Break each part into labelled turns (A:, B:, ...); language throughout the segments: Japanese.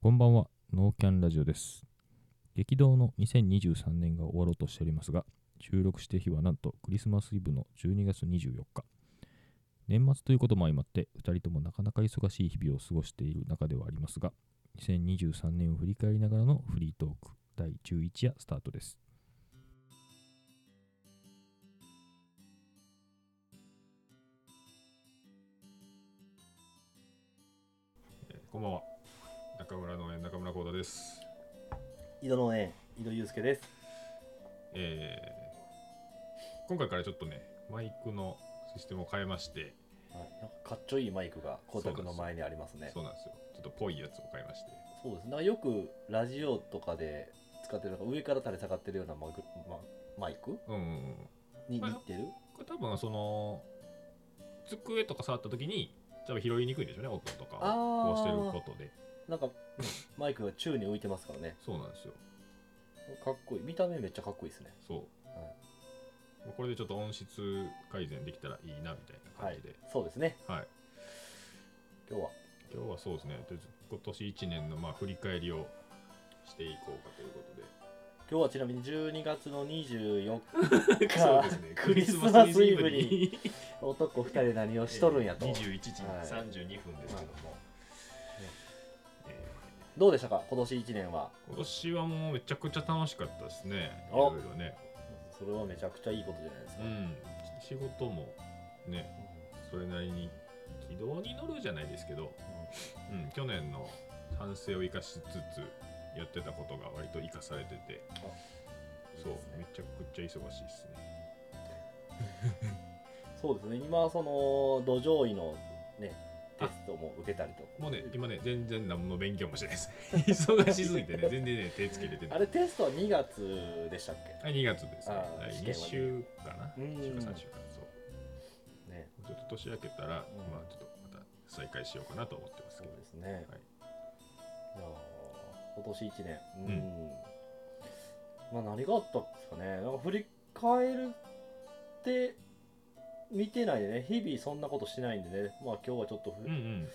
A: こんばんは、ノーキャンラジオです。激動の2023年が終わろうとしておりますが、収録して日はなんとクリスマスイブの12月24日。年末ということも相まって、2人ともなかなか忙しい日々を過ごしている中ではありますが、2023年を振り返りながらのフリートーク第11夜スタートです。
B: こんばんは。中村農園中村光太です。
C: 井戸農園井戸祐介です
B: えー今回からちょっとね、マイクのシステムを変えまして、
C: はいなんかかっちょいいマイクが光沢の前にありますね
B: そうなんですよ。ちょっとぽいやつを変えまして。
C: そうですねなんかよくラジオとかで使ってるなんか上から垂れ下がってるようなマイク,、ま、マイク
B: うんうんうん。
C: に
B: これ
C: 似てる
B: これ多分その、机とか触った時に、多分拾いにくいんでしょうね、音とかを。こうしてる
C: あ
B: ことで。
C: あ なんかうんマイクが宙に浮いてますからね
B: そうなんですよ。
C: かっこいい見た目めっちゃかっこいいですね
B: そう。
C: はい
B: まあこれでちょっと音質改善できたらいいなみたいな
C: は
B: 感
C: い
B: じで。
C: そうですね
B: はい。
C: 今日は
B: 今日はそうですね。とりあえず今年1年のまあ振り返りをしていこうかということで。
C: 今日はちなみに12月の24日
B: そうですね。
C: クリスマスイブに男2人で何をしとるんやと、
B: えー21時
C: はい
B: 32分ですけども、え
C: どうでしたか今年1年は
B: ー今年はもうめちゃくちゃ楽しかったですね。い
C: あ
B: ろいろね。
C: それはめちゃくちゃいいことじゃないです
B: う
C: か、
B: ん。仕事もね、それなりに軌道に乗るじゃないですけど、うん、去年の反省を生かしつつ、やってたことが割と生かされてて、そう、
C: いいですね
B: めちゃくちゃ忙しいですね。
C: そうですね、今、その、土壌医のね、テストも受けたりとか。
B: もうね、今ね、全然何の勉強もしてないです。 忙しすぎてね、全然ね、手つけれてな
C: あ
B: い。
C: れ、テストは2月でしたっ
B: はい、2月ですね
C: あ。ー
B: はい
C: 試
B: 2
C: 験はね
B: 週かな
C: う
B: ?2
C: ん
B: 週か3週か。そう。
C: けね。
B: ちょっと年明けたら、
C: うん
B: まあちょっとまた再開しようかなと思ってます
C: そ
B: け
C: う
B: ど。
C: ですね。
B: はい
C: いやー今年1年。うん。まあ、何があったんですかね。なんか振り返るって、見てないでね、日々そんなことしないんでね、まあ今日はちょっとふ、
B: うんうん。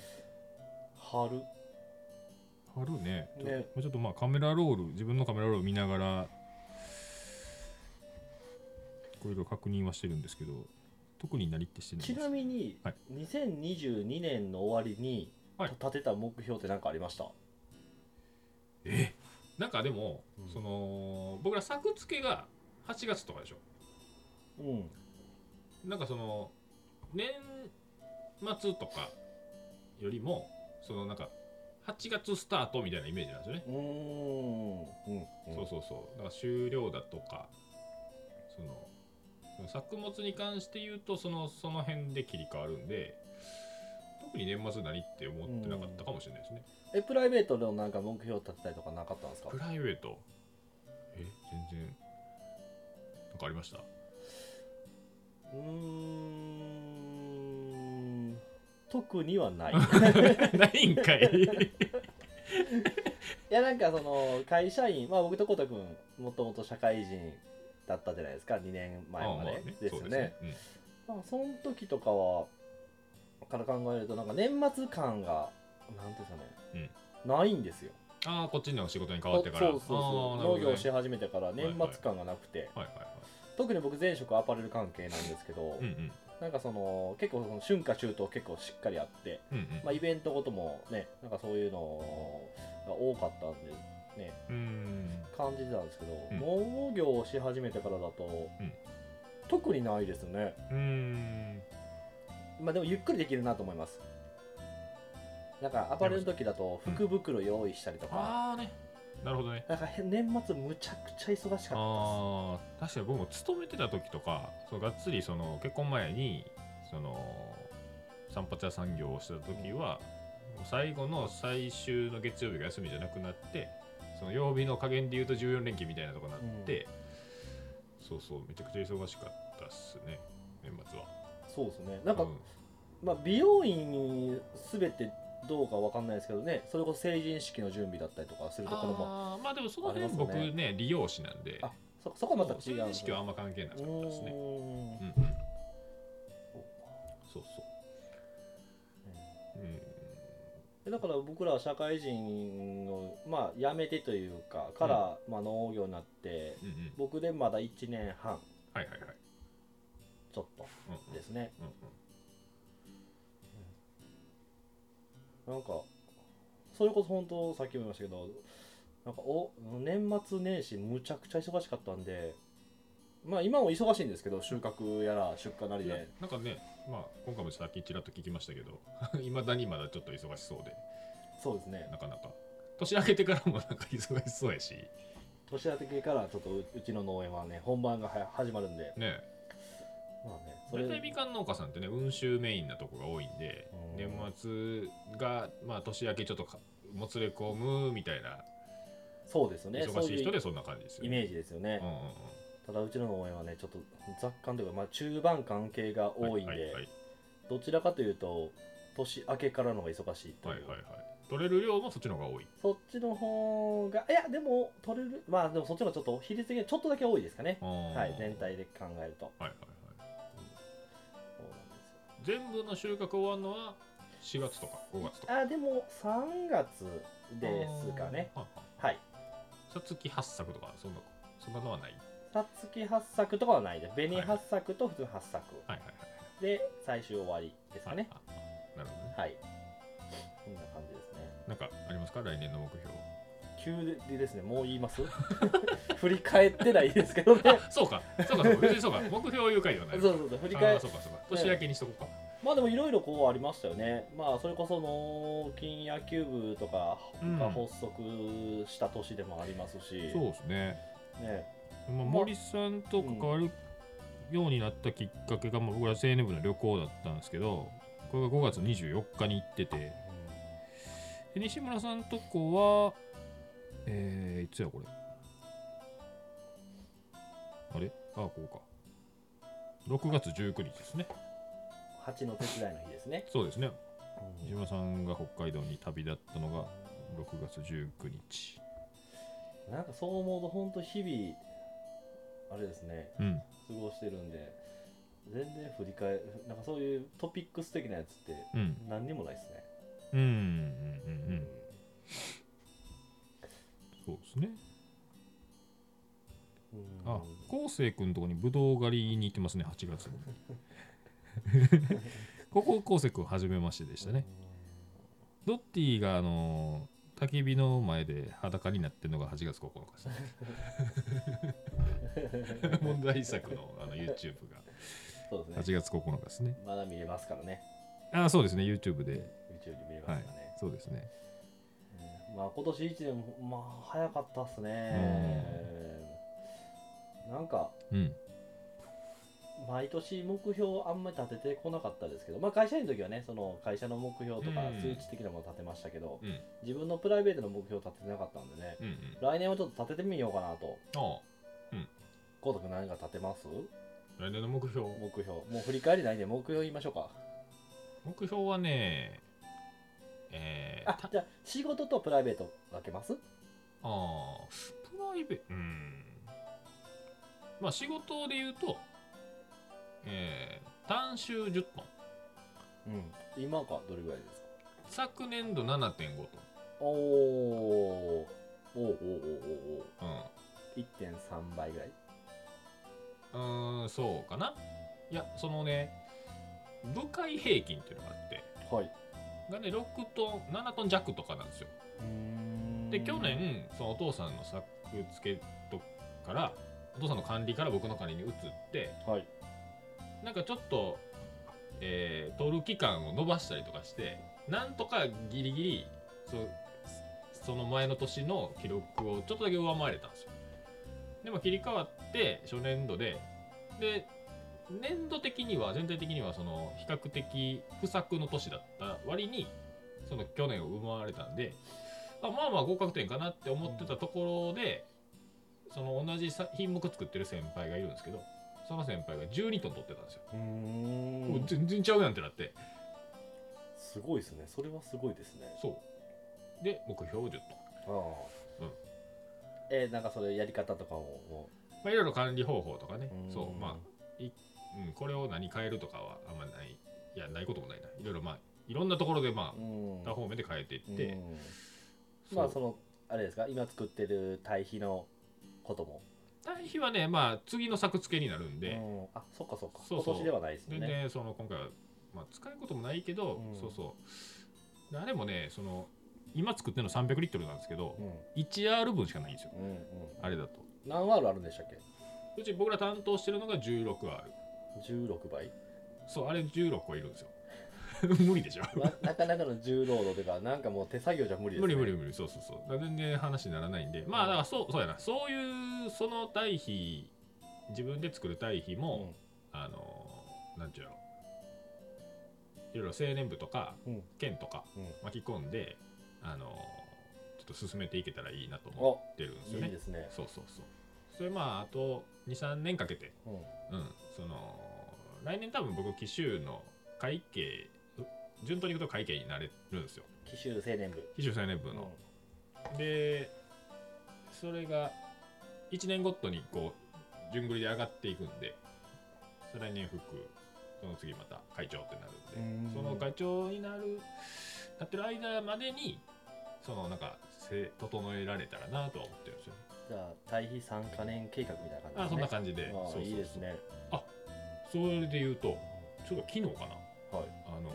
C: 春、
B: 春ね。ちょ
C: ね
B: ちょっとまあカメラロール、自分のカメラロール見ながら、いろいろ確認はしてるんですけど、特になりってしてない
C: ちなみに
B: はい、
C: 2022年の終わりに、
B: はい
C: 立てた目標って何かありました
B: えなんかでも、
C: うん
B: その、僕ら作付けが8月とかでしょ。
C: うん。
B: なんかその、年末とかよりも、そのなんか、8月スタートみたいなイメージなんですよね。
C: うーん。うん。
B: そうそうそうだから終了だとかそのその作物に関して言うとそのその辺で切り替わるんで特に年末何って思ってなかったかもしれないですね、
C: えプライベートでのなんか目標立てたりとかなかったんですか
B: プライベートえ全然なんかありま した
C: うーん特には ない
B: ないんかい
C: いやなんかその会社員まあ僕とコタ君もともと社会人だったじゃないですか2年前までですよね,、
B: うん
C: まあその時とかはから考えるとなんか年末感がなんていうんですかね、ないんですよ
B: ああこっちの仕事に変わってから
C: そうそうそう、
B: あーなるほ
C: 農
B: どね
C: 業し始めてから年末感がなくて、
B: はいはいは
C: 特に僕前職アパレル関係なんですけど、
B: いうんうん
C: なんかその結構その春夏秋冬結構しっかりあって、
B: うんうん、
C: まあ、イベントごともねなんかそういうのが多かったんでね
B: うーん
C: 感じてたんですけど、
B: ん
C: 農業をし始めてからだと、
B: うん
C: 特にないですね
B: うーん
C: まあでもゆっくりできるなと思いますなんかアパレルの時だと
B: うん
C: 福袋用意したりとか、
B: ああねなるほどね
C: なんかへ年末むちゃくちゃ忙しかったで
B: あ
C: す
B: あ確かに僕も勤めてた時とかそうがっつりその結婚前にその散髪屋産業をしてた時は、もう最後の最終の月曜日が休みじゃなくなってその曜日の加減で言うと14連休みたいなとこになって、そうそうめちゃくちゃ忙しかったっすね年末は
C: そうですねなんか、
B: うん
C: まあ、美容院に全てどうかわかんないですけどねそれこそ成人式の準備だったりとかするところも
B: あーまあでもその
C: あ
B: 辺
C: ります
B: 僕
C: よね
B: ね理容師なんで
C: あそそこはまた違
B: そううん意
C: です
B: 識
C: ね
B: はあんま関係なかったですね
C: う
B: うん
C: ーん
B: うんそうそううん
C: でだから僕らは社会人を、まあ、辞めてというかから、まあ、農業になって
B: うんうん
C: 僕でまだ1年半
B: はいはいはい
C: ちょっと
B: うんうん
C: ですね
B: うんうん
C: なんかそれこそ本当さっきも言いましたけどなんかお年末年始むちゃくちゃ忙しかったんでまあ今も忙しいんですけど収穫やら出荷なり
B: いや
C: で
B: なんかね、まあ、今回もさっきちらっと聞きましたけど、 いまだにまだちょっと忙しそうで、
C: そうですね
B: なかなか。年明けてからもなんか忙しそうやし、
C: 年明けからちょっとううちの農園はね本番がは始まるんで
B: ね、
C: まあねそれ
B: 大体みかん農家さんってね、温州メインなとこが多いんで、
C: うん
B: 年末が、まあ、年明けちょっとかもつれ込むみたいな、
C: そうですね
B: 忙しい人
C: そ
B: で
C: ういう
B: そんな感じですよ
C: イメージですよね
B: うん、うんうん
C: ただうちの農園はねちょっと雑感というか、まあ、中盤関係が多いんで、
B: はいはいはい
C: どちらかというと年明けからの方が忙しいとい
B: は
C: う
B: いはいはい。取れる量もそっちの方が多い。
C: そっちの方がいやでも取れるまあでもそっちの方がちょっと比率的にちょっとだけ多いですかね
B: は
C: はい全。体で考えると
B: はいはいはい。
C: そうなんですよ
B: 全部の収穫終わるのは4月とか5月とか。
C: あでも3月ですかね
B: あー。はいはい
C: はい
B: さつき八作とかそんなそんなのはない。
C: さつき八作とかはないです紅八作と普通の八作
B: はいはい
C: で最終終わりです
B: は
C: か
B: い。
C: ね
B: あ。ああなるほどね。
C: はいこんな感じですね
B: なんかありますか来年の目標。
C: 急でですねもう言います 振り返ってないですけどね
B: そうかそう かそうか別にそうか目標を言うかではな
C: そ
B: い。
C: うそうそう振り
B: あ
C: 返
B: あそうかそうか年明けにしとこうか。
C: まあでもいろいろこうありましたよね。まあそれこそ農金野球部とか
B: うん
C: が発足した年でもありますし、
B: そうですね。
C: ね、
B: まあ森さんと関わるようになったきっかけが、まあ、僕ら青年部の旅行だったんですけどこれが5月24日に行ってて。で西村さんとこはえー、いつやこれあれあこうか6月19日ですね
C: 蜂の手伝いの日ですね。
B: そうですね西村さんが北海道に旅立ったのが6月19日
C: なんかそう思うと本当日々あれですね
B: うん
C: 過ごしてるんで、全然振り返るなんかそういうトピックス的なやつって
B: うん
C: 何にもないですね。
B: うんうんうんうんそうですね
C: うん
B: あ昴生君のとこにぶどう狩りに行ってますね8月に ここ昴生君初めましてでしたね。ドッティがあのー焚き火の前で裸になってるのが8月9日ですね。 問題作のあの YouTube
C: そう
B: が
C: ですね。
B: 8月9日ですね。
C: まだ見れますからね。
B: ああ、そうですね、YouTube で。
C: YouTube で見れますか
B: は
C: ら
B: い
C: ね。、
B: そうですね。
C: まあ今年1年、まあ早かったっすね。なんか、
B: うん、
C: 毎年目標あんまり立ててこなかったですけど、まあ会社員の時はね、その会社の目標とか
B: うん
C: 数値的なもの立てましたけど、
B: うん、
C: 自分のプライベートの目標立ててなかったんでね、
B: うん、うん。
C: 来年はちょっと立ててみようかなと。
B: あ
C: コウト君何か立てます
B: あ、来年の目標。
C: 目標。もう振り返りないんで目標言いましょうか。
B: 目標はね、えー、
C: あ、じゃあ仕事とプライベート分けます
B: ああ、プライベート、うん。まあ仕事で言うと、えー、単収10トン。
C: うん。今かどれぐらいですか
B: 昨年度7.5ト
C: おーおーおーおーおーおー
B: ン。うん。
C: 1.3倍ぐらいう
B: ーん、そうかな。いや、そのね、部会平均っていうのがあって、
C: はい
B: がね、6トン、7トン弱とかなんですよ。で、去年、そのお父さんの作付けとから、お父さんの管理から僕の管理に移って、
C: はい
B: なんかちょっと、えー、取る期間を延ばしたりとかして、なんとかギリギリ、そうその前の年の記録をちょっとだけ上回れたんですよ。でも切り替わって初年度で、で、年度的には、全体的にはその比較的不作の年だった割に、その去年を上回れたんで、あまあまあ合格点かなって思ってたところで、その同じさ品目作ってる先輩がいるんですけど、その先輩が12トン取ってたんですよ。
C: うー
B: もうん全然ちゃうやんってなって。
C: すごいですねそれはすごいですね
B: そう。で、目標10トン。
C: ああ
B: うん
C: えーなんかそれやり方とかもも
B: まあ、いろいろ管理方法とかね
C: うーん
B: そうまあ、うん、これを何変えるとかはあんまないいやないこともないないろいろまあいろんなところでまあ
C: うん
B: 他方面で変えていって、
C: うんまあ
B: そ
C: そうのあれですか今作ってる対比のことも
B: 対比はねまあ次の作付けになるんで、
C: うんあそっかそっか
B: そうそう
C: 今年ではないですも
B: 全
C: んね
B: 然、その今回は、まあ、使うこともないけど、
C: うん
B: そうそうあれもねその今作ってるの300リットルなんですけど、
C: うん
B: 1R 分しかないんですよ
C: うんうん、
B: あれだと
C: 何ワールあるんでしたっけ
B: うち僕ら担当してるのが 16R
C: 16倍
B: そうあれ16個いるんですよ 無理でしょ
C: ななかなかの重労働というかなんかもう手作業じゃ無理です、
B: 無
C: ね、
B: 理無理無理そうそうそうだから全然話にならないんでまあだからそうそうやなそういうその対比自分で作る対比も、あのーなんちゅうやろいろいろ青年部とか、
C: うん
B: 県とか
C: うん
B: 巻き込んで、あのーちょっと進めていけたらいいなと
C: お
B: 思ってるんです
C: い
B: よね。
C: いですね、
B: そうそうそうそれまああと23年かけて、
C: うん
B: うん、その来年多分僕紀州の会計う順当にいくと会計になれるんですよ
C: 紀州青年部
B: 紀州青年部の。でそれが1年ごとにこう順繰りで上がっていくんで再来年副その次また会長ってなるん
C: うん
B: でその会長になるなってる間までにそのなんかせ整えられたらなとは思ってるんですよね
C: じゃあ対比3か年計画みたいな感じです、ね、
B: あそんな感じで、
C: ああ
B: そうそうそう
C: いいですね
B: それで言うとちょっと昨日かな
C: はい
B: あの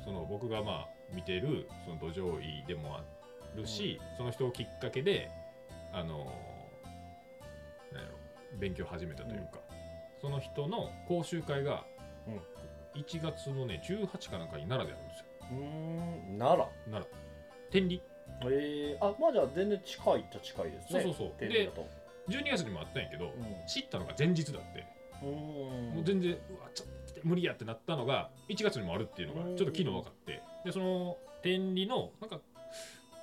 B: ーその僕がまあ見てるその土壌医でもあるし、その人をきっかけであのーなんやろ勉強を始めたというか、その人の講習会が
C: うん
B: 1月のね18かなんかに奈良であるんですよ
C: うーん奈良
B: 奈良天理
C: えー、あまあじゃあ全然近いっちゃ近いです
B: そ
C: ね
B: うそうそう
C: 天
B: で
C: 理だと
B: 12月にもあったんやけど、
C: う
B: 知ったのが前日だって、
C: ん
B: もう全然うわちょっと無理やってなったのが1月にもあるっていうのが
C: うん
B: ちょっと昨日分かってでその天理のなんか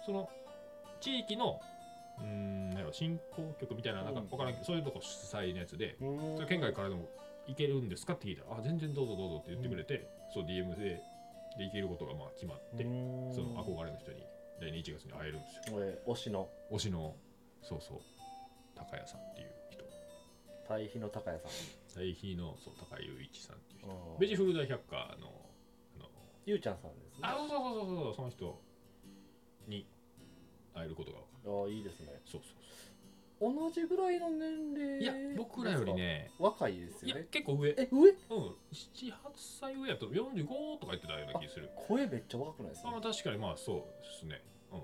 B: その地域のうーんなんやろ振興局みたいななんか
C: うん
B: 分からんけどそういうとこ主催のやつで
C: うーん
B: それ県外からでも行けるんですかって聞いたらあ全然どうぞどうぞって言ってくれてそう DM でで行けることがまあ決まってその
C: こ
B: 憧れの人に来年1月に会えるんですよ
C: えー推しの
B: 推しのそうそう高谷さんっていう人
C: 対比の高谷さん
B: 対比のそう高井雄一さんっていう人
C: うん
B: ベジフル大百科のあの
C: ゆうちゃんさんですね
B: あそうそうそうそうそうその人に会えることが分かる
C: あいいですね
B: そうそう
C: 同じぐらいの年
B: そう
C: 齢
B: いや僕らよりね
C: 若いです
B: い
C: よ
B: や
C: ね
B: 結構上うん
C: え上
B: 78歳上やと45とか言ってたような気する
C: 声めっちゃ若くないです
B: あま
C: か
B: あ確かにまあそうですねう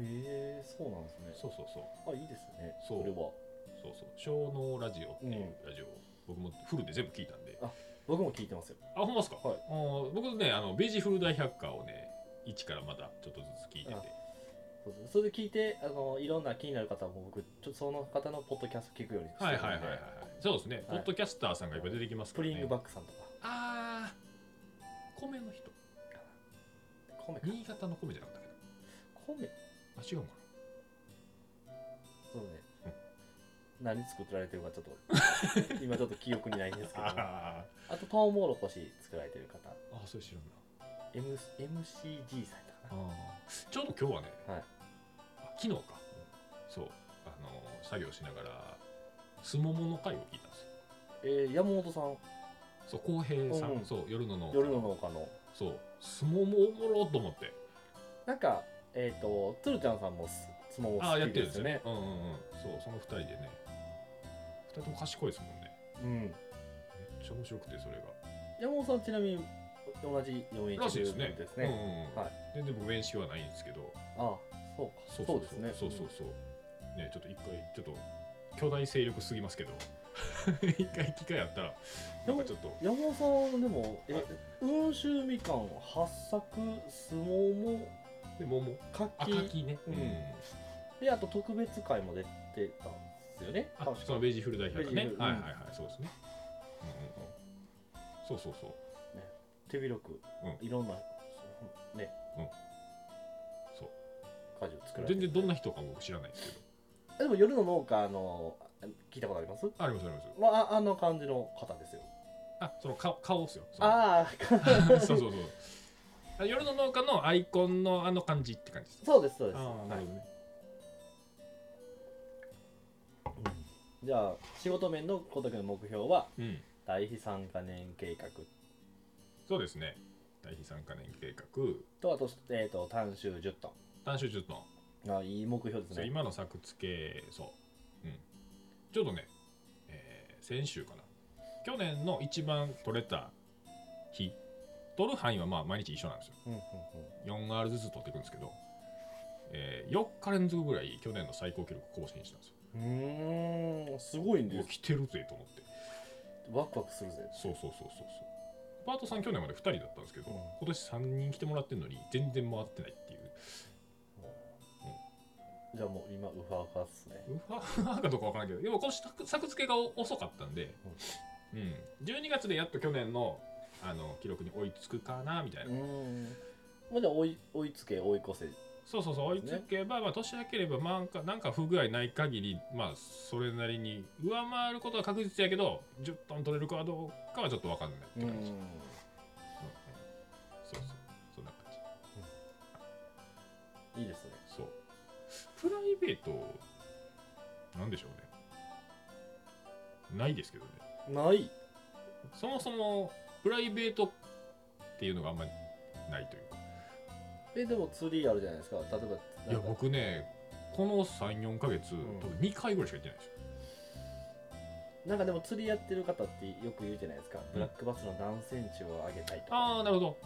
B: ん
C: へえそうなんですね
B: そうそうそう
C: あいいですね
B: そう
C: これは
B: そうそう「小脳ラジオ」っていうラジオを、僕もフルで全部聞いたんで
C: 僕も聞いてますよ
B: あほんまっすか、
C: はい
B: うん僕ねあのベジフル大百科をね一からまたちょっとずつ聞いてて
C: あそうですねそれで聞いてあのいろんな気になる方はもう僕ちょその方のポッドキャスト聞くようにしてる
B: は
C: ん
B: い
C: で
B: はいはいはいはいそうですね、
C: はい
B: ポッドキャスターさんがいっぱい出てきます
C: ス
B: か
C: プ
B: らね
C: リングバックさんとか
B: あー米の人
C: 米か
B: 新潟の米じゃなかったっけ
C: 米
B: なあ違うか
C: そうね
B: うん
C: 何作ってられてるかちょっと 今ちょっと記憶にないんですけど
B: な
C: もあ
B: あ
C: とトウモロコシ作られてる方
B: ーあそれ知らんな
C: M MCG さんやったかな
B: あーちょうど今日はね、
C: はい
B: あ昨日か、そうあのー作業しながらすももの会を聞いたんですよ
C: えー、山本さん
B: そう浩平さん、
C: うん
B: そう夜の農家
C: 夜の農家の
B: そうすももおもろと思って
C: なんかえっ、とつるちゃんさんもす相撲も
B: ああーや
C: 好
B: っ
C: き
B: てるんで
C: で
B: すすよ
C: よ
B: ね
C: ね
B: うんうんうんそうその二人でね二人とも賢いですもんね
C: うん
B: めっちゃ面白くてそれが
C: 山本さんちなみに同じ4位
B: らしいですね。
C: ですね、
B: うんうんうん
C: はい
B: 全然僕、練習はないんですけど、
C: ああそうかそうですね
B: そうそうそう。ね、ちょっと一回、ちょっと、巨大勢力すぎますけど、 一回機会あったら、なんかちょっと、
C: 山本さんでもえ温州みかん八作相撲も
B: で、桃、
C: 柿
B: 赤木ね。
C: うん
B: うん
C: であと特別会も出てたんですよね
B: あ、そのベジフル代表だ
C: ベジ
B: ね
C: フ。ル
B: はい
C: うん
B: はいはい、そうですね。うんうんうんそうそうそう。
C: 手広く、
B: う
C: いろんなね、
B: うんそう
C: 果樹作られ
B: 全
C: て
B: 然どんな人か僕知らないですけど。
C: えでも夜の農家のあ聞いたことあります
B: ありますあります。
C: まあああの感じの方ですよ
B: あ、その顔、顔っすよ。その
C: ああ
B: そうそうそう。あ夜の農家のアイコンのあの感じって感じです。
C: そうですそうです、
B: ああ、な
C: は
B: る
C: い
B: ほどね。
C: じゃあ仕事面の小田君の目標は
B: うん。
C: 大悲惨化年計画
B: そうですね。対比参加年計画
C: とあと,、えー、と単種10ト
B: 単種10トン
C: ンあいい目標です
B: そう
C: ね
B: 今の作付けそう、うん、ちょうどね、えー先週かな去年の一番取れた日取る範囲はまあ毎日一緒なんですよ
C: うんうん
B: 4R ずつ取っていくんですけど、え4日連続ぐらい去年の最高記録更新したんですよ
C: うんうーんすごいん
B: うわ
C: です
B: 来てるぜと思って
C: ワクワクするぜ
B: そうそうそうそうそうパートさん去年まで2人だったんですけど、
C: うん
B: 今年3人来てもらってるのに全然回ってないっていう
C: じゃあもう今ウファウファっすね
B: うわなんかどうかわからんけどでもこの作作付けが遅かったんで、うん12月でやっと去年のあの記録に追いつくかなみたいな、
C: うんまあじゃあ追い追いつけ追い越せ
B: そうそうそう追いつけば、まあ年明ければまあなんかなんか不具合ない限りまあそれなりに上回ることは確実やけど10トン取れるかどうかはちょっとわかんないって感じ、うんそうそうそんな感じ
C: いいですね
B: そうプライベートなんでしょうねないですけどね
C: ない
B: そもそもプライベートっていうのがあんまりないというか
C: えでもツリーあるじゃないですか例えば
B: いや
C: なんか
B: 僕ねこの34ヶ月、
C: ん
B: 多分2回ぐらいしか行ってないですよ
C: なんかでも釣りやってる方ってよく言うじゃないですか、ブラックバスの何センチを上げたいとか
B: ああなるほど、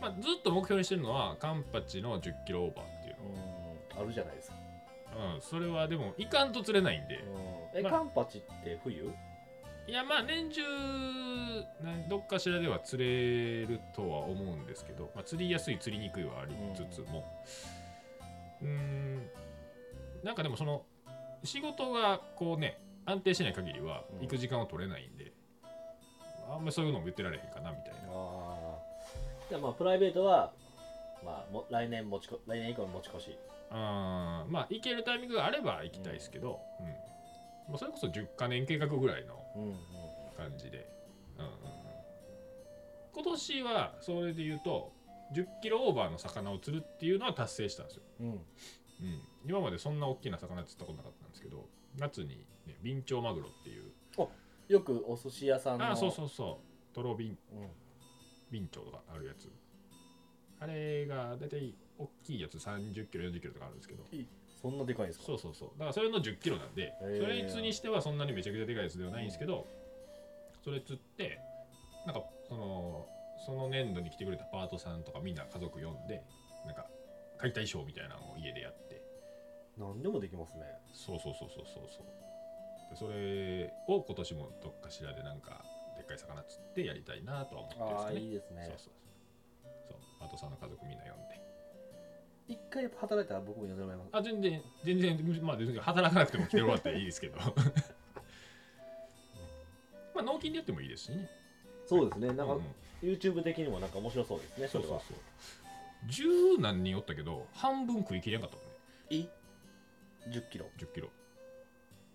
B: まあ、ずっと目標にしてるのはカンパチの1 0キロオーバーっていう
C: うんあるじゃないですか、
B: の、うん、それはでもいかんと釣れないんで、
C: え
B: まあ
C: カンパチって冬
B: いやまあ年中ねどっかしらでは釣れるとは思うんですけど、まあ、釣りやすい釣りにくいはありつつもうーんなんかでもその仕事がこうね安定しない限りは
C: うん
B: 行く時間は取れないんで、あんまりそういうのも言ってられへんかなみたいな
C: ああじゃあまあプライベートはまあも来年持ちこ来年以降の持ち越し
B: あーまあ行けるタイミングがあれば行きたいですけど、うんまあ、それこそ10か年計画ぐらいの
C: うんうん
B: 感じで、うんうんうん、今年はそれで言うと1 0キロオーバーの魚を釣るっていうのは達成したんですよ、
C: うん
B: うん、今までそんな大きな魚釣ったことなかったんですけど夏にねビンチョウマグロっていう
C: よくお寿司屋さんの
B: ああそうそうそうトロビン
C: うん、
B: ビンチョウとかあるやつあれが大体大きいやつ3 0キロ4 0キロとかあるんですけど
C: そんなでかいんですか
B: そうそうそうだからそれの1 0キロなんで、
C: ー
B: それにつにしてはそんなにめちゃくちゃでかいやつではないんですけど、それ釣ってなんかそのその年度に来てくれたパートさんとかみんな家族呼んでなんか解体ショーみたいなのを家でやって
C: 何でもできますね
B: そうそうそうそうそうそうでそれを今年もどっかしらでなんかでっかい魚釣ってやりたいなとは思
C: あ
B: っ
C: あ
B: てるん
C: いい
B: です
C: です
B: けどね
C: ね
B: そうそうそうそうパートさんの家族みんな呼んで
C: 一回やっぱ働いたら僕も呼んでもらいます
B: あ全然全然まあ全然働かなくても来てもらっていいですけ どまあ納金でやってもいいですしね
C: そうですねなんか、
B: うんうん
C: YouTube 的にもなんか面白そうですね
B: そ
C: そうれ
B: そう
C: は
B: そう十何人おったけど半分食い切れなかったもんね
C: え1 0キロ
B: 1 0キロ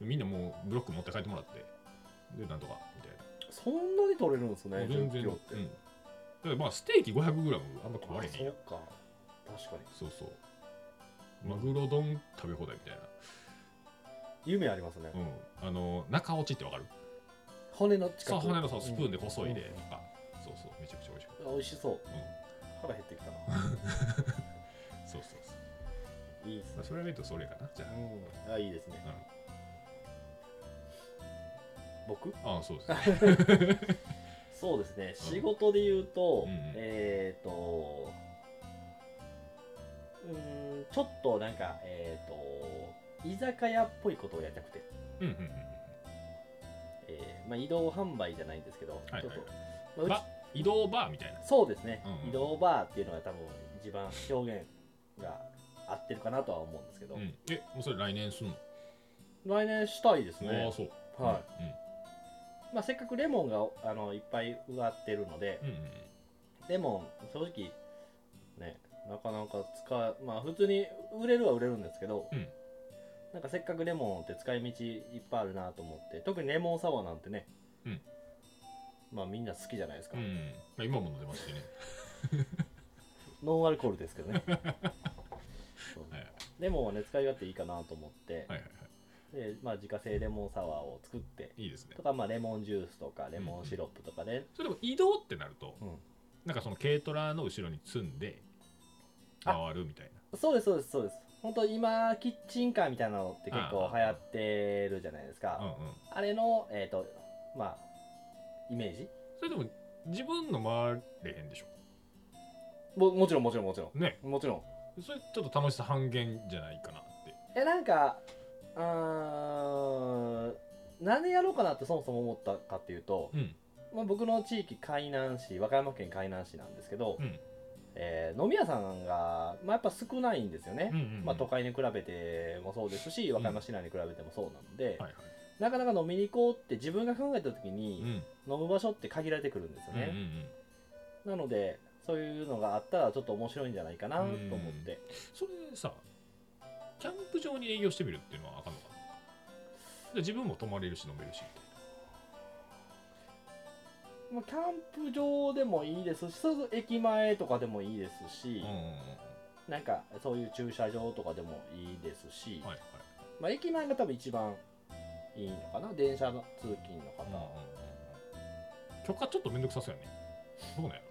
B: みんなもうブロック持って帰ってもらってでなんとかみたいな
C: そんなに取れるんですね
B: もう
C: 1 0キロって、
B: うん、だからまあステーキ 500g あんま食われへん
C: そ
B: や
C: うんか確かに
B: そうそうマグロ丼食べ放題みたい
C: 夢ありますね、
B: な、うん、あの中落ちってわかる
C: 骨の近
B: そう
C: く
B: 骨のそうスプーンで細いで、
C: うん
B: とかそうそうめちゃくちゃ美味しかっ
C: 美味しそう
B: た、うん
C: 腹減ってきた な
B: そうそうそう。
C: いいです
B: まあ、
C: ね
B: それは見るとそれかな。じゃ
C: うんあいいですね、僕
B: あ、ああそうですね。
C: そうですね
B: うん
C: 仕事で言うと、
B: うんうん
C: えっ、ー、とうーんちょっとなんかえっ、と居酒屋っぽいことをやりたくて、
B: うんうんうん
C: えーまあ、移動販売じゃないんですけど、
B: はいはい
C: ち
B: は
C: ょ
B: い
C: っ。と、まあ
B: バ
C: う
B: 移動バーみたいな。
C: ちそうですね、
B: うんうん
C: 移動バーっていうのが多分一番表現が合ってるかなとは思うんですけど、
B: うん、え、もうそれ来年すんの、
C: 来年したいです
B: あ
C: ね
B: あ、そう。
C: はい、
B: い。
C: まあ、せっかくレモンがあのいっぱい植わってるので
B: うん。うんうんうん
C: レモン正直ねなかなか使うまあ普通に売れるは売れるんですけど、
B: うん
C: なんかせっかくレモンって使い道いっぱいあるなと思って特にレモンサワーなんてね、
B: うん
C: まあみんな好きじゃないですか、
B: うんうん。まあ、今も出ましてね。
C: ノンアルコールですけどね そう
B: はいはい
C: レモンはね使い勝手いいかなと思って、
B: はいはいは
C: でまあ、自家製レモンサワーを作って
B: い。いいですね
C: と。か、まあ、レモンジュースとかレモンシロップとかね、
B: それでも移動ってなると、
C: うん
B: なんかその軽トラの後ろに積んで回るみたいな
C: そうですそうですそうです本当今キッチンカーみたいなのって結構
B: ああ
C: 流行ってるじゃないですか
B: うんうん
C: あれのえっ、とまあイメージ
B: それでも自分の回れへんでし
C: ももちろんもちろんもちろ
B: ょね
C: んもちろん
B: それちょっと楽しさ半減じゃないかなって
C: えなんかうーん何でやろうかなってそもそも思ったかっていうと、
B: うん
C: まあ、僕の地域海南市和歌山県海南市なんですけど、
B: うん
C: えー飲み屋さんが、まあ、やっぱ少ないんですよね、
B: うんうんうん
C: まあ、都会に比べてもそうですし和歌山市内に比べてもそうなので、
B: はいはい
C: なかなか飲みに行こうって自分が考えた時
B: うんう
C: に、
B: ん
C: 飲む場所って限られてくるんですよ
B: うんう
C: ね、
B: ん
C: なのでそういうのがあったらちょっと面白いんじゃないかなと思って、
B: それさキャンプ場に営業してみるっていうのはあかんのかなで自分も泊まれるし飲めるしみたい
C: まあ、キャンプ場でもいいですしそうそう駅前とかでもいいですし、
B: なうんうんうん
C: なんかそういう駐車場とかでもいいですし、
B: はいはい
C: まあ、駅前が多分一番いいのかな電車の通勤の
B: うんうんうん
C: 方
B: 許可ちょっとめんどくさそうやねどうなんや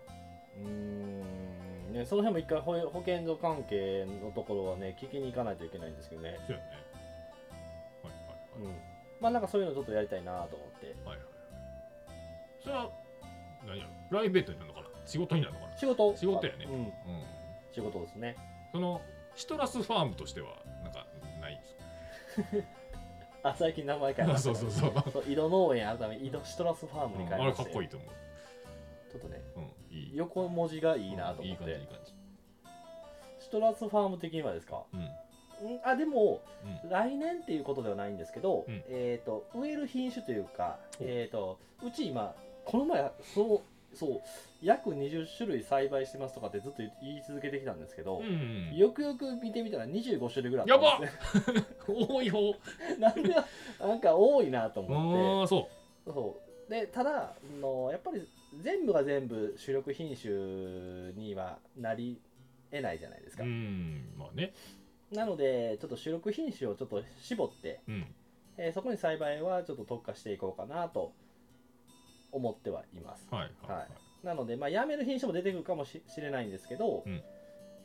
C: うーんねその辺も一回保保健所関係のところはね聞きに行かないといけないんですけどね
B: ろそうやねはいはいはい
C: うんまあなんかそういうのちょっとやりたいなと思って
B: はいはいはい。それは、何やろ、プライベートになるのかな仕事になるのかな
C: 仕事
B: 仕事やね
C: うん
B: うん。
C: 仕事ですね
B: その、シトラスファームとしては、なんか、ないんですか
C: あ最近名前変えまし た、
B: そう
C: ね、
B: そうそう。
C: そう井戸農園改め井戸シトラスファームに
B: うん
C: 変え
B: あれ
C: まし
B: か
C: た
B: っこいい
C: ち
B: と思う。
C: ょっとね
B: うん、いい。
C: 横文字がいいなと
B: うんい
C: 思
B: い
C: っ
B: 感じ、い
C: て、
B: い感じ。
C: シトラスファーム的にはですか
B: うん。
C: うんあでも
B: うん
C: 来年っていうことではないんですけど、
B: うん
C: えっ、と植える品種というか、
B: お
C: えっ、とうち今この前そうそう約20種類栽培してますとかってずっと言い続けてきたんですけど、
B: うんうん
C: よくよく見てみたら25種類ぐらい
B: やば
C: あったんで
B: 多い方。
C: すね なんでなんか多いなと思
B: ああ、そ
C: ってそうでただあのやっぱり全部が全部主力品種にはなりえないじゃないです
B: う。
C: か、
B: うん、まあね。
C: なのでちょっと主力品種をちょっと絞って
B: うん。
C: えーそこに栽培はちょっと特化していこうかなと思ってはいます
B: はい、はい、は
C: はいなので、まあ、やめる品種も出てくるかもししれないんですけど、
B: うん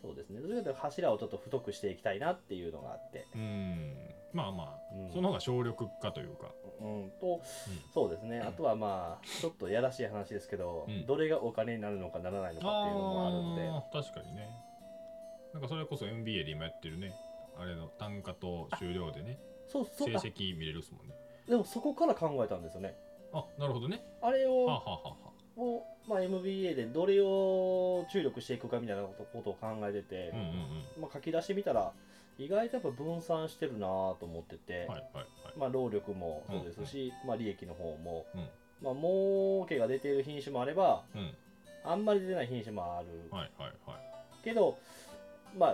C: そうですねどちらかというと柱をちょっと太くしていきたいなっていうのがあって、
B: い。うん。まあま
C: う
B: あ、
C: ん
B: その方が省力化というか。
C: うんと、そうですねあとはまあちょっとやらしい話ですけど、
B: うん
C: どれがお金になるのかならないのかっていうのもあるので
B: あー確かにねなんかそれこそ NBA で今やってるねあれの単価と終了でね
C: そう
B: 成
C: そうあ
B: 績見れるっすもんね
C: でもそこから考えたんですよね
B: あなるほどね
C: あれ
B: はあ、
C: を
B: はあはあは
C: を、まあ、MBA でどれを注力していくかみたいなことを考えてて、
B: あ、うんうん
C: まあ、書き出してみたら意外とやっぱ分散してるなぁと思ってて、
B: うんはいはいはい
C: まあ、労力もそうですし、まあ、利益の方も、
B: うん
C: まあ、儲けが出ている品種もあれば
B: うん
C: あんまり出てない品種もある、
B: はいはいは
C: けどま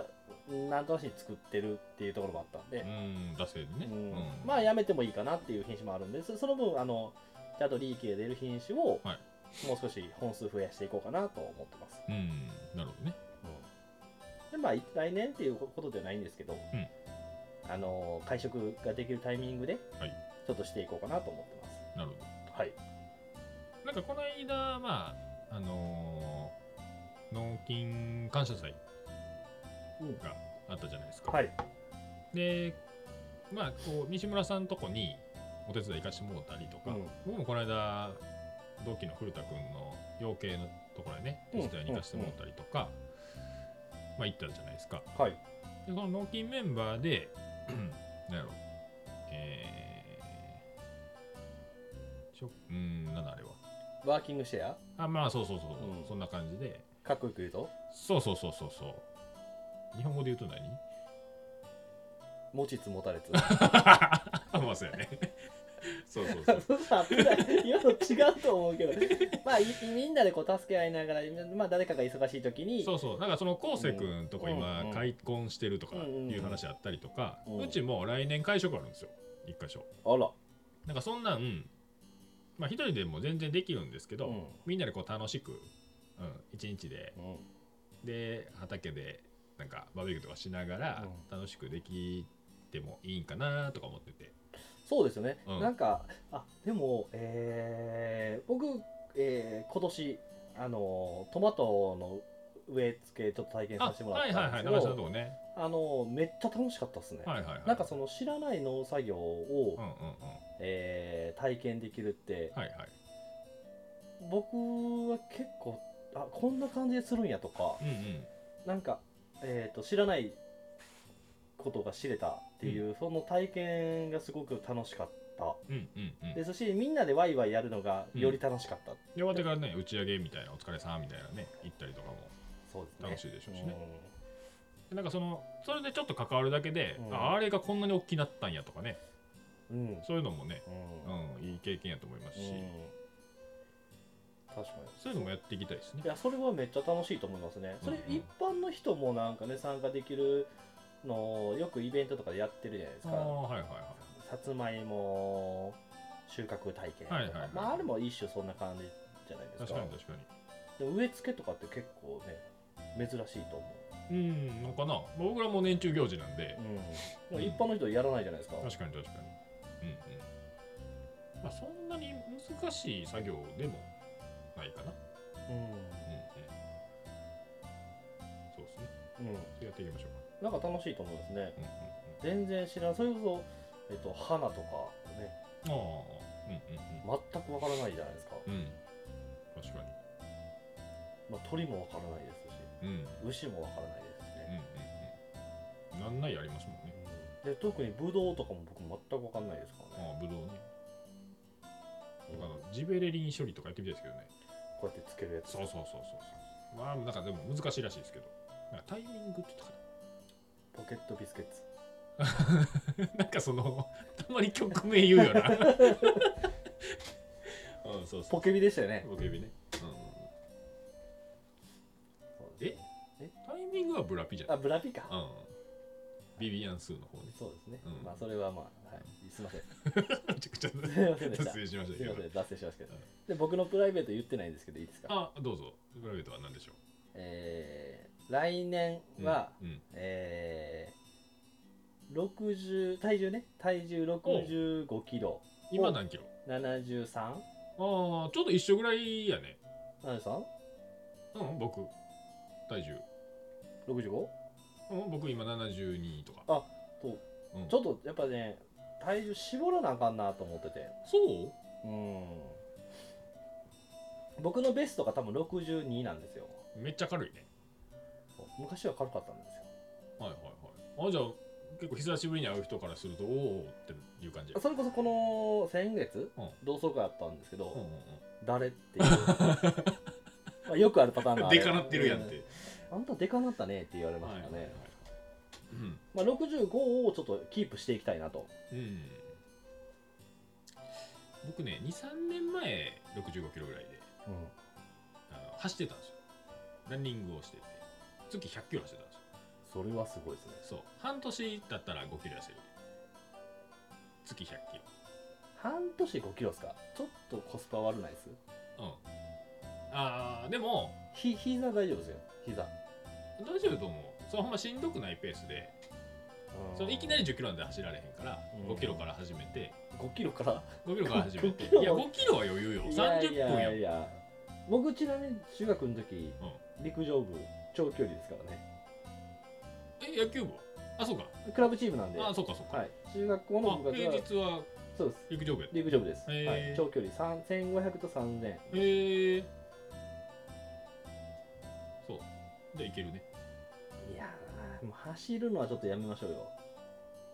C: あなんとなし作ってるっていうところもあったんで、
B: いうん惰性でね
C: うんまあやめてもいいかなっていう品種もあるんですその分あのちゃんと利益が出る品種を、
B: はい
C: もう少し本数増やしていこうかなと思ってます、
B: うんなるほどね
C: でまあ来年っていうことではないんですけど、
B: うん
C: あの会食ができるタイミングで、
B: はい
C: ちょっとしていこうかなと思ってます
B: なるほ
C: はい
B: どなんかこの間まああのー納金感謝祭
C: うん
B: があったじゃないですか、
C: はい
B: でまあこう西村さんとこにお手伝い行かしてもらったりとか、
C: うん
B: 僕もこの間同期の古田君の養鶏のところへね手伝いに行かしてもらったりとか、まあ行ったじゃないですか
C: はい
B: でこの納金メンバーで なんやろえーしょうーんなんだあれは
C: ワーキングシェア
B: あまあそうそうそう、
C: うん
B: そんな感じで
C: かっこよく言うと
B: そうそうそうそうそう日本語で言うと何
C: 持ちつ持たれつ
B: あまあそうやねそうそう そう
C: そんな合ってない今の違うと思うけどまあいみんなでこう助け合いながら、まあ、誰かが忙しい時に
B: そうそうなんかその昴生君とか今
C: うんうん
B: 開墾してるとかいう話あったりとか、
C: う
B: うんちも来年会食あるんですよ一箇所
C: あら
B: なんかそんなんまあ一人でも全然できるんですけど、
C: うん
B: みんなでこう楽しく、うん、一日で
C: うん
B: で畑でなんかバーベキューとかしながら楽しくできてもいいんかなとか思ってて、
C: そうですよね、
B: うん
C: なんかあでもえー僕、えー今年あのトマトの植え付けちょっと体験
B: あ
C: させてもら
B: は
C: っ
B: い
C: た
B: は
C: ん
B: い
C: で
B: は
C: す
B: い中島さ
C: け
B: んのと
C: ど
B: こね
C: あのめっちゃ楽しかったですね、
B: はいはいはい
C: なんかその知らない農作業を、
B: うんうんうん
C: えー体験できるって、
B: はいはい
C: 僕は結構あこんな感じでするんやとか
B: うんうん
C: なんか、えー、と知らないことが知れたっていう、その体験がすごく楽しかった
B: うんうんうん
C: ですしみんなでワイワイやるのがより楽しかった、
B: で終わってからね打ち上げみたいなお疲れさんみたいなね行ったりとかも
C: そうですね
B: 楽しいでしょうし
C: うん
B: ね、でなんかそのそれでちょっと関わるだけで、
C: うん
B: ああれがこんなに大きくなったんやとかね
C: うん
B: そういうのもね、
C: うん
B: うん、いい経験やと思いますし、
C: うん確かに
B: そういうのもやっていきたいですね
C: いやそれはめっちゃ楽しいと思いますねそれ
B: うんうん
C: 一般の人もなんかね参加できるのをよくイベントとかでやってるじゃないです
B: ああ
C: か
B: はいはいは
C: さつまいも収穫体験とか、
B: はいはいはい
C: まあ、あれも一種そんな感じじゃない
B: い
C: です
B: 確か
C: か
B: に確か
C: で植え付けとかって結構ね珍しいと思
B: にうんのかな僕らも年中行事なんで
C: う、うん、一般の人はやらないじゃないですか
B: 確かに確かにうんうんまあそんなに難しい作業でもないかなうんうんそうですね
C: うん、うん、
B: やっていきましょうか
C: なんか楽しいと思うんですね
B: うんうん
C: 全然知らんそれこそ、えっと、花とかね
B: うんああうんうんうん
C: 全くわからないじゃないですか、
B: うん。確か
C: まあ、鳥もわからないですし
B: に。うん。うん
C: 牛もわからないですし
B: うん
C: ね、
B: うん。なんないありますもんね。
C: うんで特にブドウとかも僕全くわかんないですからね、
B: ああ、ぶどうね。
C: う
B: あ
C: んこ
B: のジベレリン処理とかやってみたいですけどね。
C: うやってつけるやつ
B: そうそうそうそう。まあ、なんかでも難しいらしいですけど。なんかタイミングって言ったか
C: ポケットビスケッツ
B: な。なんかその、たまに曲名言うよな。うん、そうそう。
C: ポケビでしたよね
B: ポケビね。うんうんうん。えタイミングはブラピじゃな
C: あ
B: い。
C: ブラピか、
B: うん。ビビアンスーの方ね。
C: そうですね、
B: うん
C: まあそれはまあ、はい、 すいませんす
B: めちゃく ちゃ
C: いませんでした
B: 脱
C: す
B: 線
C: い
B: しましたけ
C: ま
B: ど
C: せ。ん脱線しますけど
B: うん
C: で僕のプライベート言ってないんですけどいいですか
B: あ、どうぞ。プライベートは何でしょう
C: えー、来年
B: うん
C: は、
B: うん
C: えー、60体重ね体重65キロ
B: 今何キロ
C: 73?
B: ああちょっと一緒ぐらいやね
C: 73?65?
B: うん僕体重うん僕今72とか
C: あそう
B: うん、
C: ちょっとやっぱね体重絞らなあかんなと思ってて
B: そう
C: うん僕のベストが多分62なんですよ
B: めっちゃ軽いね
C: 昔は軽かったんですよ
B: はいはいはいあじゃあ結構久しぶりに会う人からするとおおっていう感じや
C: それこそこの先月、
B: うん
C: 同窓会あったんですけど、
B: うんうん
C: 誰っていう まあよくあるパターン
B: う
C: の
B: ん
C: あれ
B: でかなってるやんって、
C: うんあんたでかなったねって言われま
B: はい
C: し
B: は
C: た
B: いは
C: ね、
B: いうん
C: まあ、65をちょっとキープしていきたいなと
B: うん僕ね23年前65キロぐらいで
C: うん
B: あの走ってたんですよランニングをしてて月100キロ走ってたんですよ
C: それはすごいですね
B: そう半年だったら5キロ痩せる月100キ
C: 半年5キロですかちょっとコスパ悪ないです
B: ロうんあーでも
C: ひ膝大丈夫ですよ膝
B: 大丈夫と思うそのほんましんどくないペースでそのいきなり
C: 5
B: 10キロなんで走られへんから
C: うん
B: 5キロから始め て
C: キロから
B: 5キロから始めて
C: 5キロ
B: いや5キロは余裕よ
C: いや
B: 30
C: いや
B: 分
C: い
B: や
C: や僕ちなみに中学の時、陸上部長距離ですからね
B: え野球部はあそうか
C: クラブチームなんで
B: あそうかそうか、
C: はい、中学校の部
B: あ
C: 活は
B: 平日は
C: そうです
B: 陸上部やったへ
C: 陸上部です、
B: へー
C: はい、長距離3 1500と3000
B: えそうじゃあいけるね
C: いやーもう走るのはちょっとやめましょうよ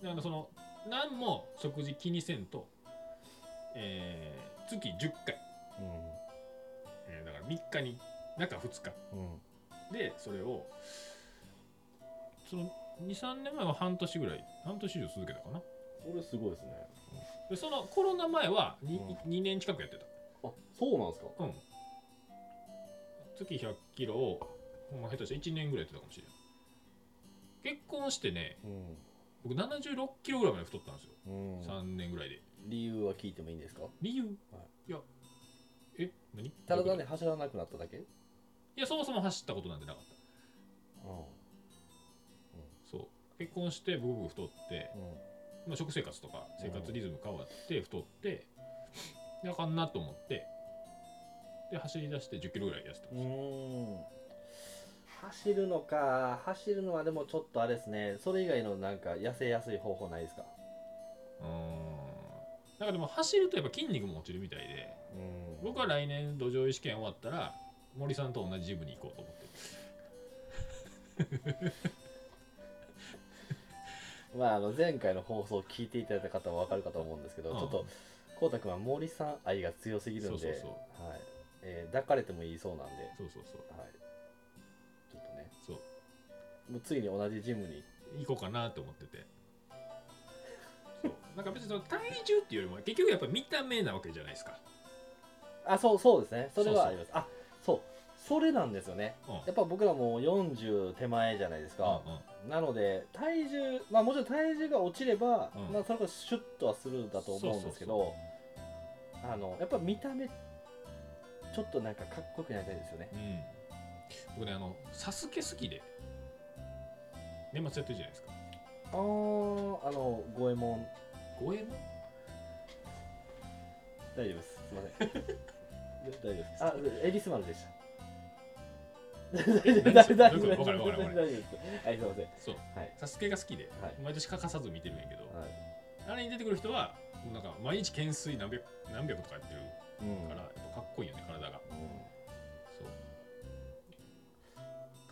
B: だからその何も食事気にせんと、えー月10回、えーだから3日に中2日
C: うんうん
B: でそれをその23年前は半年ぐらい半年以上続けたかな
C: これすごいですね
B: でそのコロナ前は 2,、
C: うん
B: 二年近くやって
C: あそうなんですか
B: たうん月1 0 0キロをほんま下手したら1年ぐらいやってたかもしれない結婚してね
C: うん、
B: 僕7 6キロぐらいまで太ったんですよ、
C: うん
B: 3年ぐらいで
C: 理由は聞いてもいいんですか
B: 理由、
C: はい
B: いやえ何
C: 体で走らなくなっただけうん
B: いやそもそも走ったことなんてなかったそう結婚してブクブク太って、
C: うん
B: まあ、食生活とか生活リズム変わって太ってであかんなと思ってで走り出して10キロぐらい痩せて
C: う
B: まし
C: ーん走るのか走るのはでもちょっとあれですねそれ以外のなんか痩せやすい方法ないですか
B: た、うん、なんかでも走るとやっぱ筋肉も落ちるみたいで
C: うん
B: 僕は来年土壌医試験終わったら森さんと同じジムに行こうと思ってる
C: まあ、あの前回の放送を聞いていただいた方は分かるかと思うんですけど、
B: うん
C: ちょっとこうたくんは森さん愛が強すぎるんで
B: そうそう
C: はいえー抱かれてもいいそうなんで、
B: そうそうそう
C: はい、ちょっとね
B: そう
C: もうついに同じジムに
B: 行こうかなって思っててそうなんか別にその体重っていうよりも結局やっぱ見た目なわけじゃないですか、
C: あそうそうですねそれはあ
B: そうそう
C: りますあそうそれなんですよね
B: うん、
C: やっぱ僕らもう40手前じゃないですか、
B: うんうん
C: なので体重まあもちろん体重が落ちれば、
B: うん
C: まあそれこそシュッとはするだと思うんですけど
B: そうそう
C: あのやっぱ見た目ちょっとなんかかっこよくなりたいですよね
B: そううん僕ねあの「サスケ好きで年末やってるじゃないですか
C: あーあの五右衛門
B: 五 右衛門
C: 大丈夫ですすいま せん大丈夫ですあエリスマルでした
B: 何
C: 大
B: それ
C: 丈
B: ど
C: 夫
B: うい
C: 大
B: うことわ
C: 丈夫
B: からんわからん
C: 大丈夫ですはいすいません
B: そう
C: はい
B: 「サスケが好きで、
C: はい
B: 毎年欠かさず見てるんやけど、
C: はい
B: あれに出てくる人はもうなんか毎日懸垂何百何百とかやってる
C: うん
B: から、やっぱかっこいいよね体が
C: うん
B: そう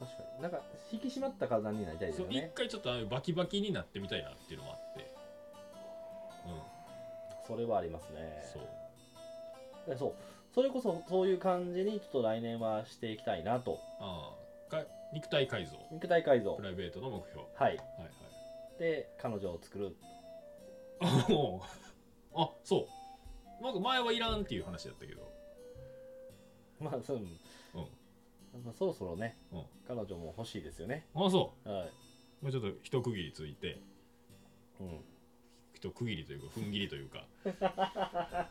C: 確かになんか引き締まった体になりたいです
B: そう
C: よ
B: 一
C: ね
B: 回ちょっとああいうバキバキになってみたいなっていうのもあってう
C: それはあります
B: ん
C: ね
B: そう
C: えそうそれこそそういう感じにちょっと来年はしていきたいなと
B: ああか肉体改造
C: 肉体改造
B: プライベートの目標は
C: はい
B: いはい
C: で彼女を作る
B: あもうあそうなんか前はいらんっていう話だったけど
C: まあそう、うん
B: うん
C: まあ、そろそろね、
B: うん
C: 彼女も欲しいですよね
B: あそ
C: は
B: うもうちょっと一区切りついて
C: い、うん、
B: 一区切りというか踏ん切りというか、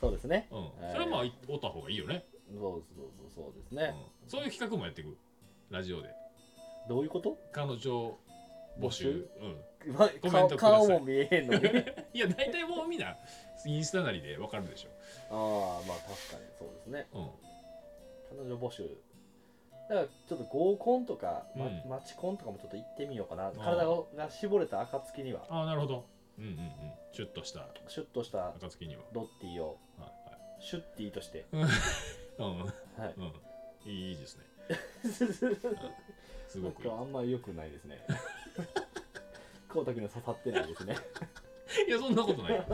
C: そうですね
B: うん
C: は、い
B: それはまあいおった方がいいよね、
C: そうそうそうそうです
B: う
C: ね
B: ん、、そういう企画もやっていくラジオで
C: どういうこと
B: 彼女募集、うん、
C: ま
B: コメン
C: 顔
B: トください
C: 顔も見えへんのに
B: いや大体もうみんなインスタなりでわかるでし
C: ああまあ確かにそうですね
B: ょ、うん、
C: 彼女募集だからちょっと合コンとか、ま
B: うん
C: マチコンとかもちょっと行ってみようかな
B: ー
C: 体がが絞れた暁には
B: ああなるほどうんうんうんシュッとした
C: シュッとした
B: 暁には
C: ロッティを
B: はい
C: シュッティとして、
B: はい
C: はい、
B: うんうんいいいいですねす
C: な
B: ご
C: ん
B: くいい
C: かあんまり良くないで すね光沢には刺さってないですね
B: いやそんなことないよ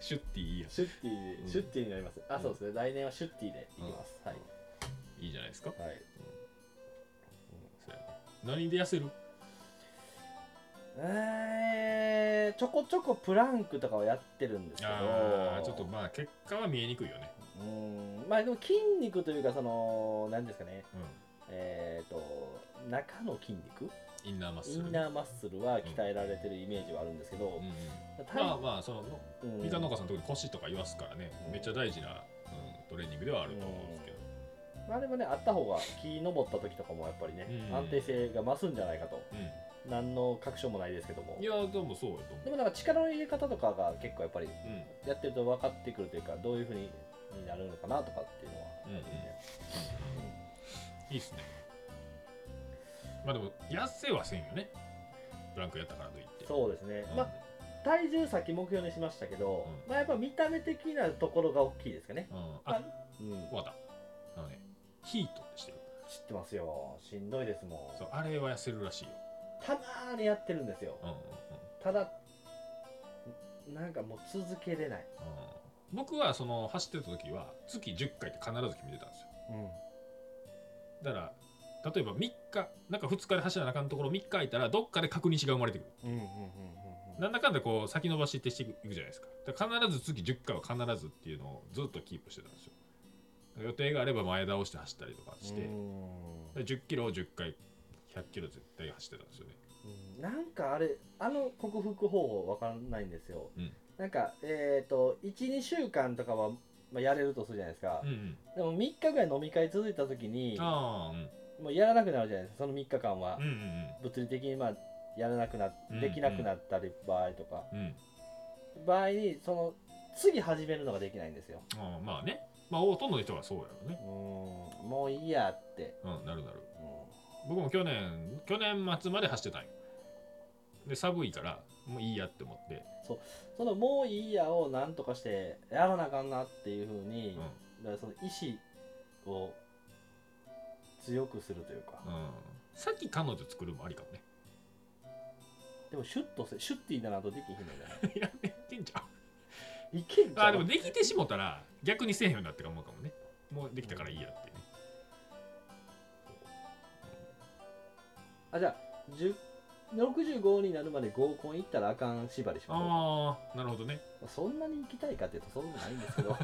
B: シュッティいいや
C: シュッティで、
B: うん
C: シュッティになりますあ
B: うん
C: そうですね来年はシュッティで行きます、
B: いいじゃないですか
C: はい、はい
B: そうやね何で痩せる
C: えー、ちょこちょこプランクとかはやってるんですけど
B: ああちょっとまあ結果は見えにくいよね
C: うんまあでも筋肉というかその何ですかね
B: う
C: えっ、と中の筋肉
B: んインナーマッス
C: イ
B: ル
C: ンナーマッスルは鍛えられてるイメージはあるんですけど
B: うん、うん
C: 体
B: まあまあその
C: うん
B: 三田農家さん特に腰とか言わすからねめっちゃ大事な、うん、トレーニングではあると思うんですけど
C: まあでもねあった方が木登った時とかもやっぱりね、
B: うん
C: 安定性が増すんじゃないかと
B: う
C: 何の確証もないですけども
B: んいやでもそうやと思
C: で
B: う
C: もなんか力の入れ方とかが結構やっぱり
B: うん
C: やってると分かってくるというかどういうふうにになるのかなとかっていうのはあるんでね、
B: いいっすね。まあでも、痩せはせんよね。ブランクやったからといって。
C: そうですね、
B: うん
C: まあ体重先目標にしましたけど、
B: うん
C: まあやっぱ見た目的なところが大きいですかね、
B: うん
C: ま
B: あ、
C: あうん、知
B: わかった。あのね、ヒートってしてる。
C: ってますよしんどいですも、
B: そうんあれは痩せるらしいよ。
C: たまーにやってるんですよ
B: うんうんうん
C: ただなんかもう続けれない、
B: うん僕はその走ってた時は月10回って必ず決めてたんですよ
C: うん、
B: だから例えば3日なんか2日で走らなあかんところ3日空いたらどっかで確認しが生まれてくる
C: うんうんうんうん
B: なんだかんだこう先延ばしってしていくじゃないですかだから必ず月10回は必ずっていうのをずっとキープしてたんですよ予定があれば前倒して走ったりとかして、で10キロを10回100キロ絶対走ってたんですよね
C: うんなんかあれあの克服方法わかんないんですよ、
B: うん
C: なんかえっ、と12週間とかは、まあ、やれるとするじゃないですか
B: う、んうん
C: でも3日ぐらい飲み会続いた時に
B: あ
C: もうやらなくなるじゃないですかその3日間は
B: あうん、うんうん
C: 物理的にまあやらなくな
B: うん
C: できなくなったり場合とか、
B: うんうん
C: 場合にその次始めるのができないんですよ
B: ああまあねまあほとんどの人がそうやろうね
C: うんもういいやって、
B: うんなるなる
C: うん
B: 僕も去年去年末まで走ってたんよで寒いからもういいやって思って
C: そのもういいやをなんとかしてやらなあかんなっていうふうに、
B: うん
C: だからその意志を強くするというか、
B: うんさっき彼女作るもありかもね
C: でもシュッとせシュッていならとできひんのじゃない
B: い やできんじゃん
C: いけんじゃ ん
B: あーでもできてしもたら逆にせえへんようになって思うかもねもうできたからいいやってね
C: あじゃあ10 65になるまで合コン行ったらあかん縛りしましょ
B: ああなるほどね、
C: うそんなに行きたいかっていうとそんなないんで すけど、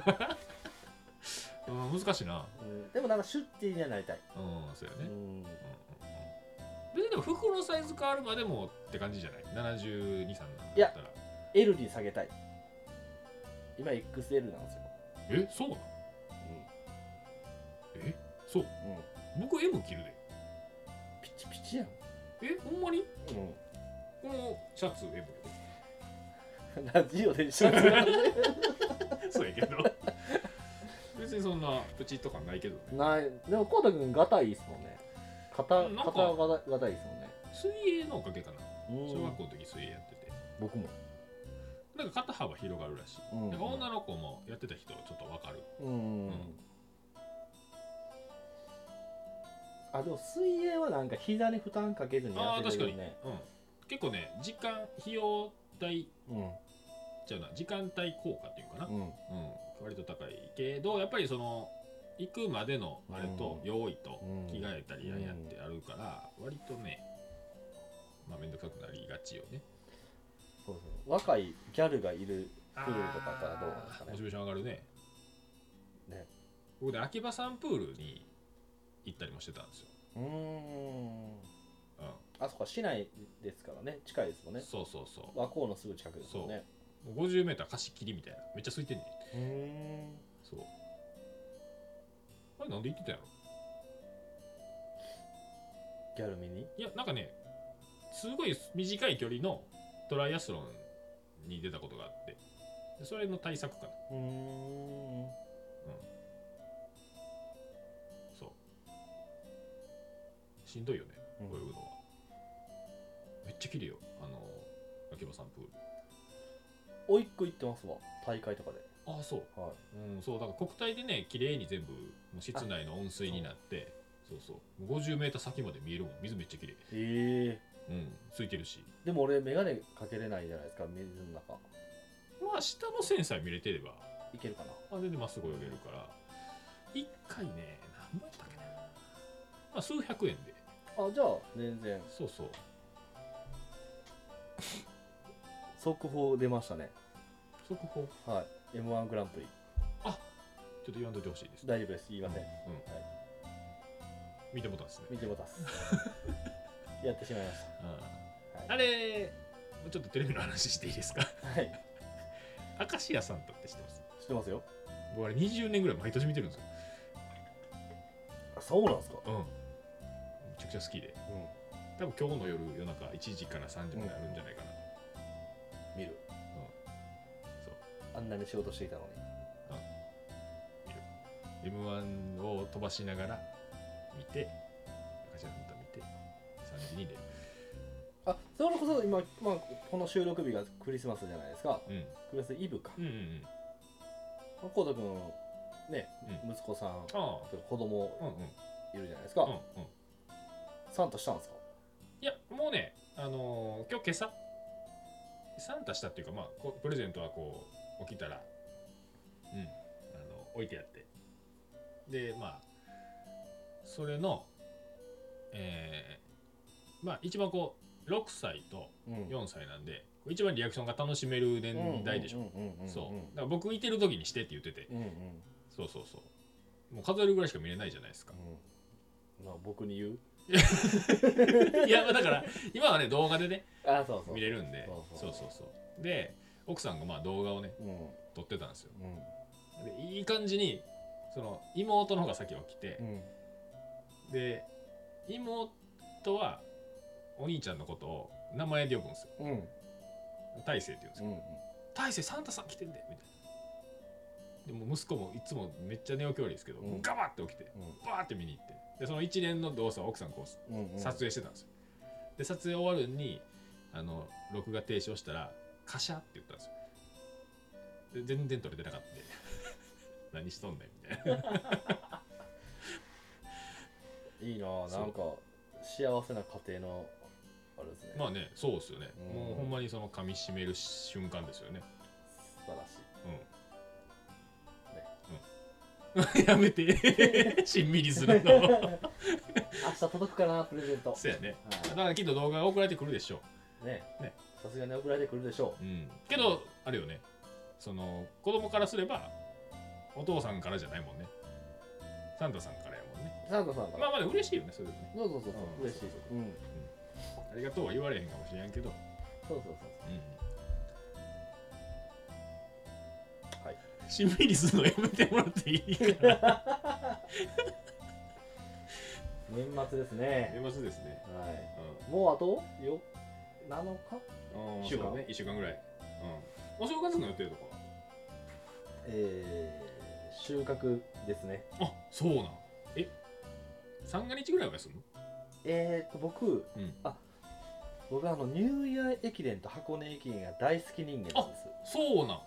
B: うん、難しいな
C: うんでもなんかシュッてにはなりたい、
B: うんそうや
C: う
B: ね、
C: ん
B: 別にでも服のサイズ変わるまでもって感じじゃない723なんだ
C: いや
B: ったら
C: L に下げたい今 XL なんですよ、
B: えそうなのえそう
C: うんうん、
B: 僕 M 着るで
C: ピチピチやん、
B: えほんまに
C: うん
B: このシャツ M よ
C: ラジオで一緒に
B: そうやけど別にそんなプチッと感ないけどね
C: ないでもコウタ君ガタイいいっすもんね肩
B: なんか
C: 肩がガタガタイいいっすもんね
B: 水泳のおかげかな小学校の時水泳やってて
C: 僕も、
B: なんか肩幅広がるらしい、
C: うん
B: なんか女の子もやってた人ちょっとわかる
C: うん、
B: うん
C: あでも水泳はなんか膝に負担かけずにや
B: ああ
C: って
B: 確
C: く
B: か
C: れ
B: に、
C: るね
B: うん、結構ね時間費用対
C: うん
B: じゃうな時間帯効果っていうかな、
C: うん
B: うん、割と高いけどやっぱりその行くまでのあれと
C: うん
B: 用意と
C: うん
B: 着替えたりやんやってあるから割とねまあ面倒くさくなりがちよね
C: そうそう若いギャルがいるプールとかやったらどうなんですか
B: あーモチ
C: ね
B: ベーション上がるね
C: ね
B: 僕ね秋葉さんプールに行ったりもしてたんですよ、
C: うーん
B: うん
C: あそこは市内ですからね近いですもんね
B: そうそうそ
C: 和光のすぐ近くですもんね
B: うもう 50m 貸し切りみたいなめっちゃ空いてんねん
C: うーん
B: そうあれなんで行ってたんやろ
C: ギャル見に
B: いやなんかねすごい短い距離のトライアスロンに出たことがあってでそれの対策かな
C: うーん
B: そうしんどいよね
C: うん
B: 泳ぐのは、めっちゃ綺麗よあの秋葉さんプール
C: おいっ子行ってますわ大会とかで
B: ああそう
C: はい
B: うん、そうだから国体でね綺麗に全部もう室内の温水になってそうそうもう 50m 先まで見えるもん水めっちゃ綺麗
C: ええ
B: うん空いてるし
C: でも俺眼鏡かけれないじゃないですか水の中
B: まあ下の線さえ見れてれば
C: いけるかな
B: あ全然まっすぐ泳げるから一回ね何本やったっけな、まあ、数百円で
C: あじゃあ全然
B: そうそう
C: 速報出ましたね
B: 速報
C: はい。M1 グランプ
B: ち
C: リ。
B: ょっと言わんといてほしいです
C: 大丈夫です。言いません。
B: うんうん見てもうたんですね
C: 見てもた っす。やってしまいまし
B: うん
C: た。
B: あ
C: はい。
B: れちょっとテレビの話していいですか
C: はい。
B: 明石家さんとって知ってます
C: 知ってますよ。
B: 僕あれ20年ぐらい毎年見てるんですよ
C: あ、そうなんですか。
B: うんめちゃくちゃ好きで
C: う
B: 多分今日の夜夜中1時から3時まであるんじゃないかな、
C: ん。見る。
B: そう
C: あんなに仕事していたのに。
B: m 1を飛ばしながら見て明石家さんと見て3時に寝る
C: あ、それこそ今、まあ、この収録日がクリスマスじゃないですか。
B: うん
C: クリスマスイブか。
B: うんうんうん
C: コウタ君、ね、息子さん、
B: あ
C: 子供
B: あうんうん
C: いるじゃないですか
B: うん。うん
C: サンタしたんですか
B: いやもうねあのー今日今朝サンタしたっていうかまあこうプレゼントはこう起きたらうんあの置いてあってでまあそれのえーまあ一番こう6歳と
C: うん
B: 4歳なんで、こう一番リアクションが楽しめる年代でしょ、
C: うんうんうんうん。
B: そうだから僕いてる時にしてって言ってて
C: うん。うんうん。
B: そうそうそうもう数えるぐらいしか見れないじゃないですか
C: まあ、僕に言う。
B: いやまあだから今はね動画でね
C: あ、そうそう。
B: 見れるんで
C: そ
B: そう
C: そう
B: うそうそうで奥さんがまあ動画をね
C: うん。
B: 撮ってたんですよ
C: うん。
B: でいい感じにその妹の方が先起きて
C: う、ん。
B: で妹はお兄ちゃんのことを名前で呼ぶんですよ
C: うん。
B: 大勢って言うんです
C: う
B: よ
C: ん。
B: 「大勢サンタさん来てんで」みたいでも息子もいつもめっちゃ寝起き悪いですけど、
C: うん
B: ガバって起きて
C: う
B: バーって見に行ってでその一連の動作を奥さんこうん
C: うんうん
B: 撮影してたんですよ、で撮影終わるにあの録画停止をしたら「カシャ」って言ったんですよで全然撮れてなかったんで 何しとんねんみたいな い
C: いなあ
B: そう
C: なんか幸せな家庭のあれですね、
B: まあねそうですよね、
C: うん
B: もうほんまにその噛み締める瞬間ですよね
C: 素晴らしい
B: うん、やめて しんみりするの
C: 明日届くかなプレゼント
B: そうやねだ
C: は
B: からきっと動画が送られてくるでしょ
C: いね
B: ね
C: さすがに送られてくるでしょ
B: う、うん、けどあれよねその子供からすればお父さんからじゃないもんねサンタさんからやもんね
C: うサンタさんから、
B: まあまあでも嬉しいよねそれでね
C: そうそうそうそううん嬉しい
B: そうそう
C: うん
B: ありがとうは言われへんかもしれんけど、
C: そうそうそう
B: うん
C: はい
B: しんみりするのやめてもらっていい かな
C: 年末ですね
B: 年末ですね
C: はいもうあとよ7日
B: うん
C: 一週間
B: そうね1週間ぐらいうんお正月の予定とかは
C: えー、収穫ですね
B: あそうなんえ三が日ぐらいは休む
C: えー、っと僕
B: うん
C: 僕はあのニューイヤー駅伝と箱根駅伝が大好き人間なんです
B: そうなん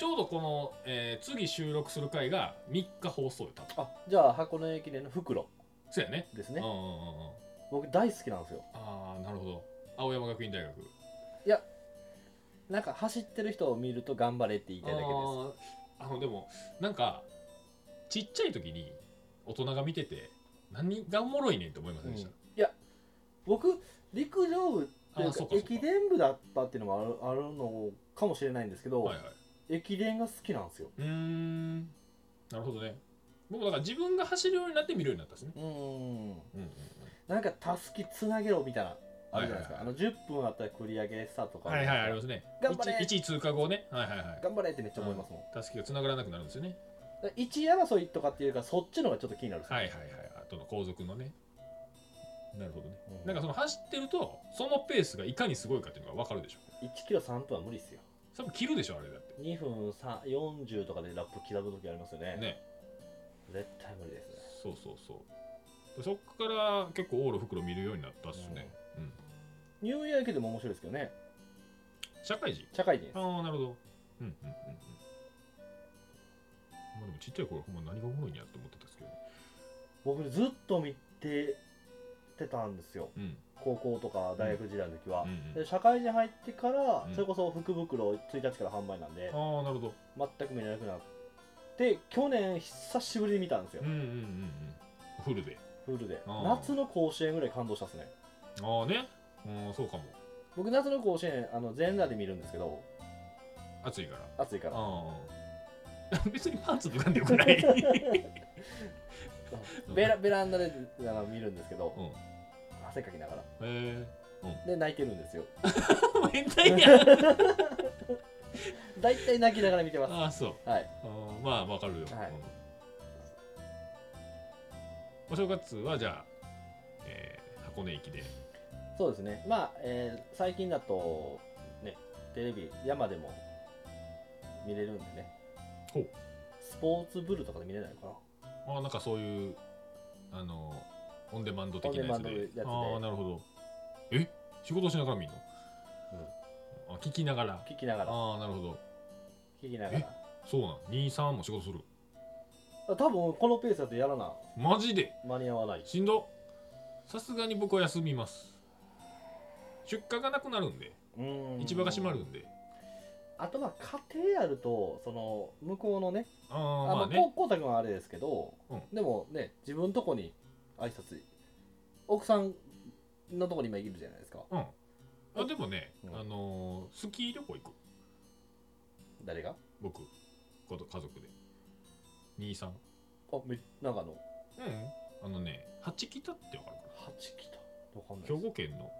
B: ちょうどこの、えー次収録する回が3日放送よ多分
C: あじゃあ箱根駅伝の袋
B: そうやね
C: です
B: うん
C: ね
B: うんうんうん
C: 僕大好きなんですよ
B: ああなるほど青山学院大学
C: なんか走ってる人を見ると頑張れって言いたいだけです
B: あーあのでもなんかちっちゃい時に大人が見てて何がおもろいねんって思いませんでした、
C: 僕陸上部ってい
B: あ
C: う
B: そ
C: か
B: うかそうか
C: 駅伝部だったっていうのもあるあるのかもしれないんですけど、
B: はいはい
C: 駅伝が好きなんですよ
B: うーんなるほどね僕だから自分が走るようになって見るようになったんですね
C: うーん
B: うんうん
C: なんかたすきつなげろみたいなあるじゃないですか、
B: はいはい
C: あの10分あったら繰り上げスタートか
B: はいはいありますね
C: 頑張れ
B: 1位通過後ねはいはいはい
C: 頑張れってめっちゃ思いますもん、
B: たすきが繋がらなくなるんですよね
C: だから一位争いとかっていうかそっちのがちょっと気になるんですよ
B: はいはいはいあとの後続のねなるほどね、
C: うん
B: なんかその走ってるとそのペースがいかにすごいかっていうのが分かるでしょ
C: 1キロ3分は無理っすよ
B: 多分切るでしょあれだって
C: 2分3 40とかでラップ刻む時ありますよね
B: ね
C: 絶対無理ですね
B: そうそうそうでそっから結構オール袋見るようになったっすね、うん
C: ニューイヤー駅伝も面白いですけどね
B: 社会人
C: 社会人です
B: ああなるほどうんうんうんうんまあでもちっちゃい頃ほんま何がおもろいんやって思ってたんですけど、
C: 僕ずっと見ててたんですよ
B: うん
C: 高校とか大学時代の時は、
B: うんうん
C: で社会人入ってから、
B: うん
C: それこそ福袋1日から販売なんで
B: ああなるほど
C: 全く見れなくなって去年久しぶりに見たんですよ
B: うん、うんうんうんフルで
C: フルで
B: あー
C: 夏の甲子園ぐらい感動したっすね
B: ああねうんそうかも
C: 僕夏の甲子園あの全裸で見るんですけど
B: 暑いから
C: 暑いから
B: ああ別にパンツとかんでよくない
C: ベラベランダであの見るんですけど
B: うんへ
C: 汗かきながら
B: え
C: で泣いてるんですよ
B: 変態 や
C: 大体泣きながら見てます
B: ああそう
C: はい
B: あーまあわかるよ、
C: はい
B: うんお正月はじゃあ、えー箱根駅で
C: そうですねまあ、えー最近だとねテレビ山でも見れるんでね
B: ほう
C: スポーツブルとかで見れないのかな
B: あーなんかそういうあのオンデマンド的なや
C: オ
B: つ
C: ンデ
B: で
C: マンドのやつで
B: ああなるほどえ仕事しながら見るの、あ聞きながら
C: 聞きながら
B: ああなるほど
C: 聞きながら
B: そうなん23も仕事する
C: 多分このペースだとやらな
B: マジで
C: 間に合わない
B: しんどさすがに僕は休みます出荷がなくなるんで
C: うん
B: 市場が閉まるんで
C: あとまあ家庭あるとその向こうのね
B: ああ
C: あ
B: まあ
C: のこ
B: ね
C: うこうたくんはあれですけど、
B: うん
C: でもね自分のとこに挨拶奥さんのとこに今いるじゃないですか
B: うんあでもね、
C: うん
B: あのースキー旅行行く
C: 誰が
B: 僕こと家族で兄さん
C: あめなんかあの
B: うんあのね八北ってわかるかな
C: 八来たわかんない
B: 兵
C: です
B: 庫県の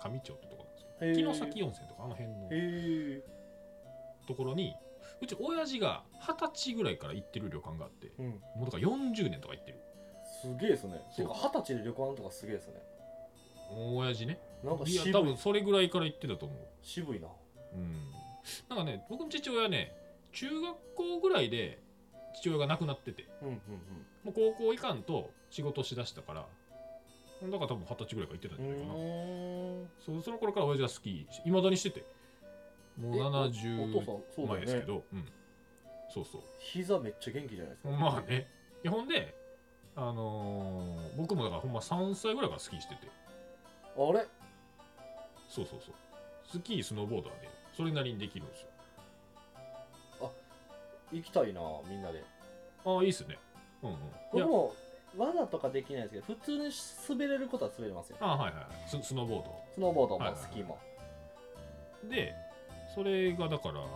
B: 上町ってとこなんです
C: へー
B: けど城崎温泉とかあの辺の
C: へえ
B: ところにうち親父が二十歳ぐらいから行ってる旅館があって
C: うん
B: もうだから40年とか行ってる
C: すげえですね
B: そ
C: て
B: う
C: か二十歳で旅館とかすげえですね
B: 親父ね
C: なんか
B: いや
C: 渋い
B: 多分それぐらいから行ってたと思う
C: 渋いな
B: うんなんかね僕の父親ね中学校ぐらいで父親が亡くなってて
C: うんうん
B: もう高校いかんと仕事しだしたからだから多分二十歳ぐらいから行ってたん
C: う
B: じゃないかな、
C: んうーん
B: そうその頃から親父はスキーいまだにしててもう
C: えおお
B: 70
C: 父さんそうだよね
B: 前ですけどうんそうそう
C: 膝めっちゃ元気じゃないですか
B: まあね。いやほんで、あのー僕もだからほんま3歳ぐらいからスキーしてて、
C: あれ
B: そうそうそう。スキー、スノーボードはね、それなりにできるんですよ。
C: 行きたいなみんなで
B: ああ、いいっすね。うんうん。い
C: 僕
B: や、
C: も罠とかできないですけど普通に滑れることは滑れますよ
B: ああ、はいはいス。スノーボー
C: スノーボード
B: はいは
C: も
B: いはい
C: スキーも
B: ド。で、それがだから、も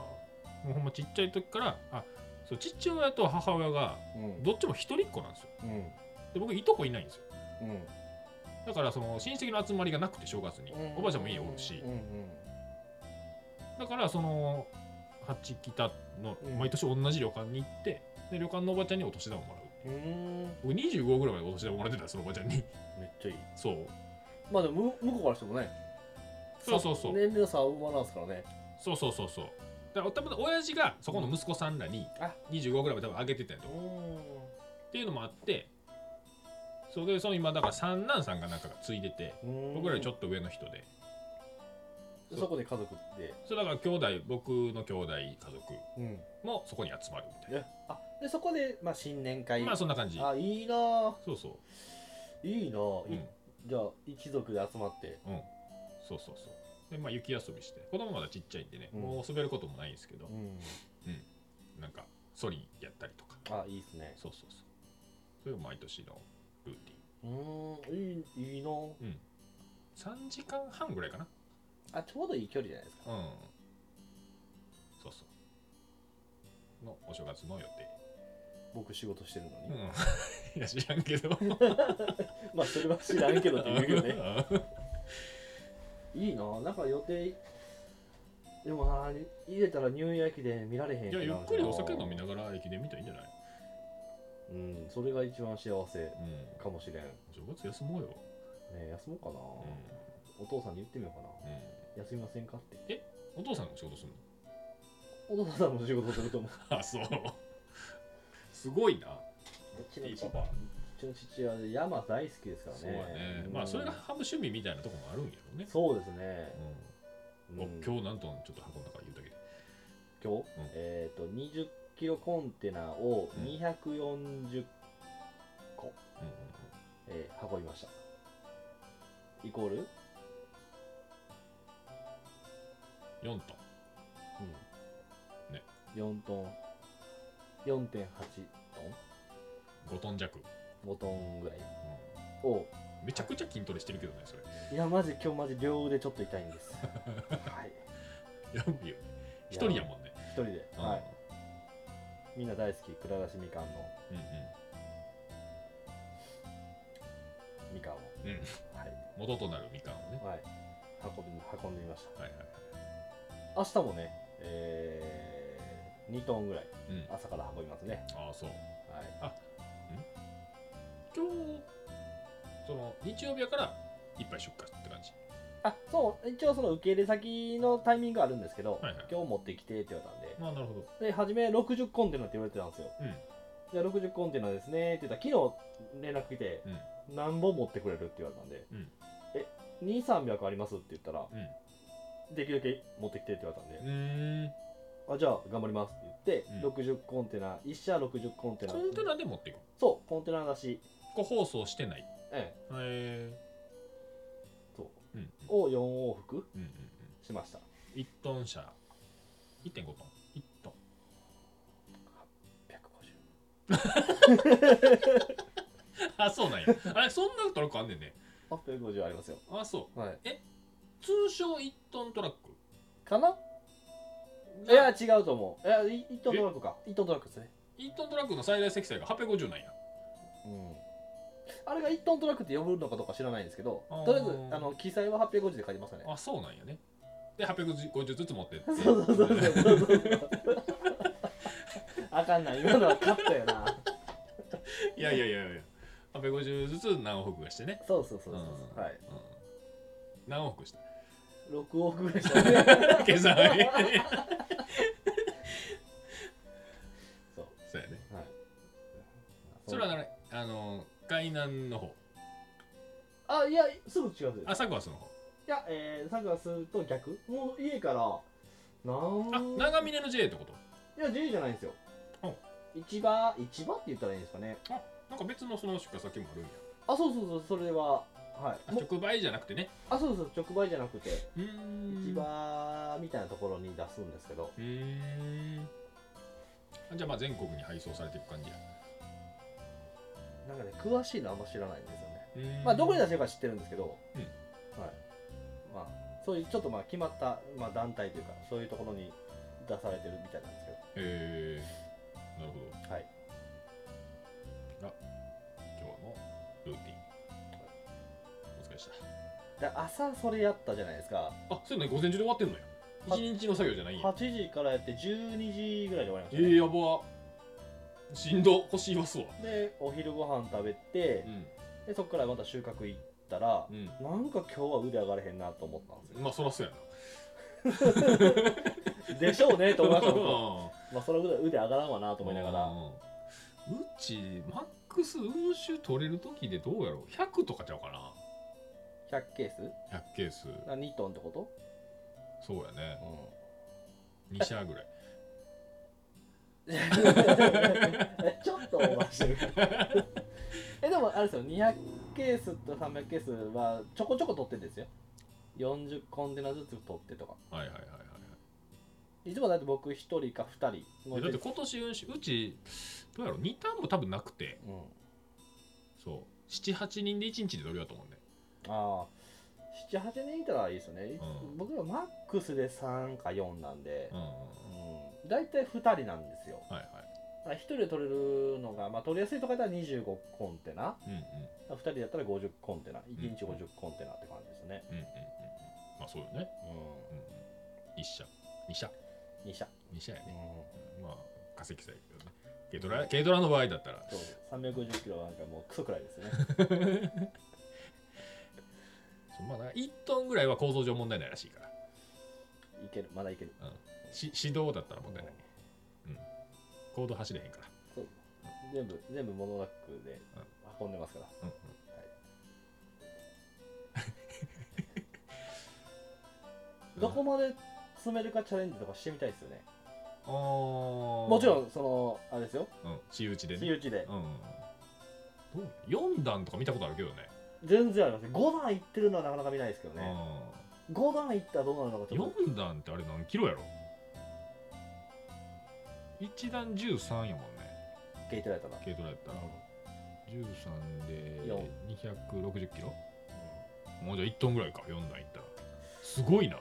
B: うほんまちっちゃい時から、あそう父親と母親が、
C: うん
B: どっちも一人っ子なんですよ。
C: うん
B: で、僕、いとこいないんですよ。
C: うん
B: だから、その親戚の集まりがなくて、正月に。おばあちゃんも家おるし
C: う、んうん
B: だからその八北の
C: うん
B: 毎年同じ旅館に行って、で旅館のおばちゃんにお年玉もらう
C: うーん
B: 僕25ぐらいまでお年玉もらってたんですそのおばちゃんに
C: めっちゃいい
B: そう
C: まあでもむ向こうからしてもね
B: そうそうそう
C: さ年齢差は馬なんですからね
B: そうそうそうそうだから多分親父がそこの息子さんらに
C: あ
B: 25ぐらいまで多分あげてたんやと
C: う
B: 思うんっていうのもあってそれでその今だから三男さんがなんかがついでて僕らよりちょ
C: っ
B: っと上の人で
C: とそこで家族で
B: それだから兄弟僕の兄弟家族
C: うん
B: もそこに集まるみたい
C: えあでそこでまあ新年会
B: なまあそんな感じ
C: あいいなぁ
B: そうそ
C: いいな
B: う、う
C: ぁい
B: ん、
C: じゃあ一族で集まって
B: うん、そうそうそう。で、まあ、雪遊びして、子供まだちっちゃいんでね、
C: うん
B: もう滑ることもないんですけど
C: う、ん
B: なんか、ソリやったりとか、
C: あいいですね
B: そうそうそう。それが毎年のルーテ
C: うーんいいいいなぁ
B: ィン。うん。3時間半ぐらいかな。
C: あちょうどいい距離じゃないです
B: う
C: か
B: ん。そうそう。のお正月の予
C: 僕仕事してるの
B: 定。う
C: に
B: ん。いや、知らんけど。
C: まあそれは知らんけどって言うけどね
B: ね。
C: いいなぁなんか予定でもなぁ入れたらニューイヤー駅で見られへ
B: い
C: ん
B: や、ゆっくりお酒飲みながら駅伝見たらいいんじゃない
C: うんそれが一番幸せ
B: うん。
C: かもしれんね
B: お正月休もうよ。
C: 休もうかな
B: うん。
C: お父さんに言ってみようかな
B: うん。
C: 休みませんかって
B: お父さんも仕事するの
C: お父さんも仕事すると思う
B: あそうすごいな
C: うちの
B: いい
C: 父
B: パパ、
C: うちの父は山大好きですからね
B: そうやね
C: うん
B: まあそれが半分趣味みたいなとこもあるんやろね、
C: そうですね、
B: うん
C: う
B: お
C: ん
B: 今日なんとちょっと箱の中言うだけで
C: 今
B: ん
C: 日、えっ、と20キロコンテナ
B: う
C: を
B: ん
C: 240個、
B: うんうん
C: えー運びましたイコール、うん、
B: うん4トンね
C: 4トン4.8ト
B: 5トン弱、
C: ン5トンぐらいうを
B: んめちゃくちゃ筋トレしてるけどねそれ
C: いやマジ今日マジ両腕ちょっと痛い んですはい
B: やばいよね一人やもんね
C: 一人で、
B: うん
C: はいみんな大好き蔵出しみかんの
B: うん
C: みかんを
B: うんうん
C: はい、
B: 元となるみかんをね
C: はい、運び運んでみました
B: はいはい
C: 明日もね、えー、2トンぐらい
B: うん
C: 朝から運びますね、
B: ああそう
C: はい、
B: 今日その日曜日やからいっぱい出荷って感じ
C: あそう一応その受け入れ先のタイミングあるんですけど、
B: はいはい
C: 今日持ってきてって言われたんで
B: まあなるほど
C: で初め60コンテナって言われてたんですよ
B: うん
C: じゃあ60コンテナですねって言ったら昨日連絡来て
B: うん
C: 何本持ってくれるって言われたんで、
B: うん
C: え2300ありますって言ったら
B: うん
C: できるだけ持ってきてって言われたんで
B: う、ーん
C: あじゃあ頑張りますって言って、
B: う
C: 60コンテナ1社60コンテナ
B: コンテナで持っていく
C: そうコンテナ出し
B: 個包装してない
C: ええ
B: へえ
C: そう
B: うんうん
C: を4往復
B: うんうん
C: しました
B: うん、1トン車1.5トン1トン
C: 150
B: あそうなんやあれそんなトラックあんねんね
C: あ150ありますよ
B: あそ
C: はい、
B: う通称1トントラック
C: かな
B: が
C: いや違うと思ういやい一トントラックか一トントラックですね
B: 1トントラックの最大積載が850なんや
C: うんあれが一トントラックって呼ぶのかどうか知らないんですけど
B: あー
C: とりあえずあの記載は850で書いてますよね
B: あそうなんやねで850ずつ持ってって
C: そうそうそうそうそうそうあかんない今のはカットやない
B: やいやいやいや850ずつ何往復がしてね
C: そうそうそうそうそうはい
B: うん何往復した
C: 6億ぐらい した ね
B: 計算そう
C: そう
B: そうやね
C: はい
B: 海南の方
C: あいやすぐ近づいてる
B: あサクワスの方
C: いやえー、サクラスと逆もう家からなん
B: あ長峰の JA ってこと
C: いや J じゃないんですよ
B: お
C: 市場市場って言ったらいいんですかね
B: なんか別のその出荷先もあるんや
C: あそうそうそうそれははい
B: あ
C: もう
B: 直売じゃなくてね
C: あそうそう直売じゃなくて
B: うー
C: 市
B: んう
C: 場みたいなところに出すんですけど
B: ーんあじゃあまあ全国に配送されていく感じや
C: なんかね詳しいのあんま知らないんですよ
B: う
C: ね
B: ーん
C: まあどこに出せば知ってるんですけど、
B: うん
C: はいまあ、そういうちょっとまあ決まった、まあ、団体というかそういうところに出されてるみたいなんですけ
B: えー、なるほど
C: ど、はい、
B: 今日のルーティンお疲れでした
C: で朝それやったじゃないですか
B: あそういうの午前中で終わってんのよ
C: は
B: 一日の作業じゃないんや
C: 8時からやって12時ぐらいで終わりまし
B: え
C: た、ね
B: ー、やばしんど腰言わすわ
C: でお昼ご飯食べて
B: う、ん
C: でそこからまた収穫行ったら、
B: う
C: なんか今日は腕上がれへんなと思ったんです
B: んまあそらそうやな
C: よ。でしょうねと思いました僕
B: うん
C: まあそのぐらい腕上がらんわなと思いながら、
B: うんうちマックス運種取れる時でどうやろう100とかちゃうかな
C: 100ケース
B: 100ケース
C: あ ?2 トンってこと、
B: そうやね
C: うん
B: 2社ぐらい
C: えちょっとオーバーしてるえでもあれですよ200ケースと300ケースはちょこちょこ取ってんですよ40コンテナずつ取ってとか
B: はいはいはいはい
C: いつもだって僕1人か2人も
B: はいえ
C: う
B: だって
C: 絶
B: 今年運種うちどうやろう2ターンも多分なくて
C: うん、
B: そう78人で1日で取るやと思うんで
C: ああ78人いたらいいですよね、いつ
B: うん
C: 僕らマックスで3か4なんで
B: うん、うんうん
C: うん大体、2人なんですよ
B: はいはい
C: だから1人で取れるのが、まあ、取りやすいとかだったら25コンテナ
B: うんうん
C: 2人だったら50コンテナ1日50コンテナって感じですね、
B: うんうんうんうんまあそうよね、
C: う
B: うんうん、1社2社
C: ん、2社、
B: 2社や
C: う
B: ね、
C: ん
B: まあ化石さやけどね軽トラ軽トラの場合だったら
C: そうです。350キロはなんかもうクソくらいで すね。
B: そうまあな1トンぐらいは構造上問題ないらしいから
C: いける、まだいける。
B: し指導だったら問題ない行動走れへんから、
C: そう全部、全部モノラックで
B: うん
C: 運んでますから。
B: うんうんうん
C: どこまで詰めるかチャレンジとかしてみたいですよね。
B: も
C: もちろん、その、あれですよ。
B: うん、私打ちで
C: 私有
B: ね、
C: 地で
B: う。んうん、どう4段とか見たことあるけどね
C: 全然あります。5段いってるのはなかなか見ないですけどね。5段いったらどうなるのか
B: うん、
C: ちょっ
B: 4段ってあれ何キロやろ1段13やもんね
C: と聞いてられたら。
B: 軽トラやったら13で260キロもうじゃあ1トンぐらいか4段いったらすごいな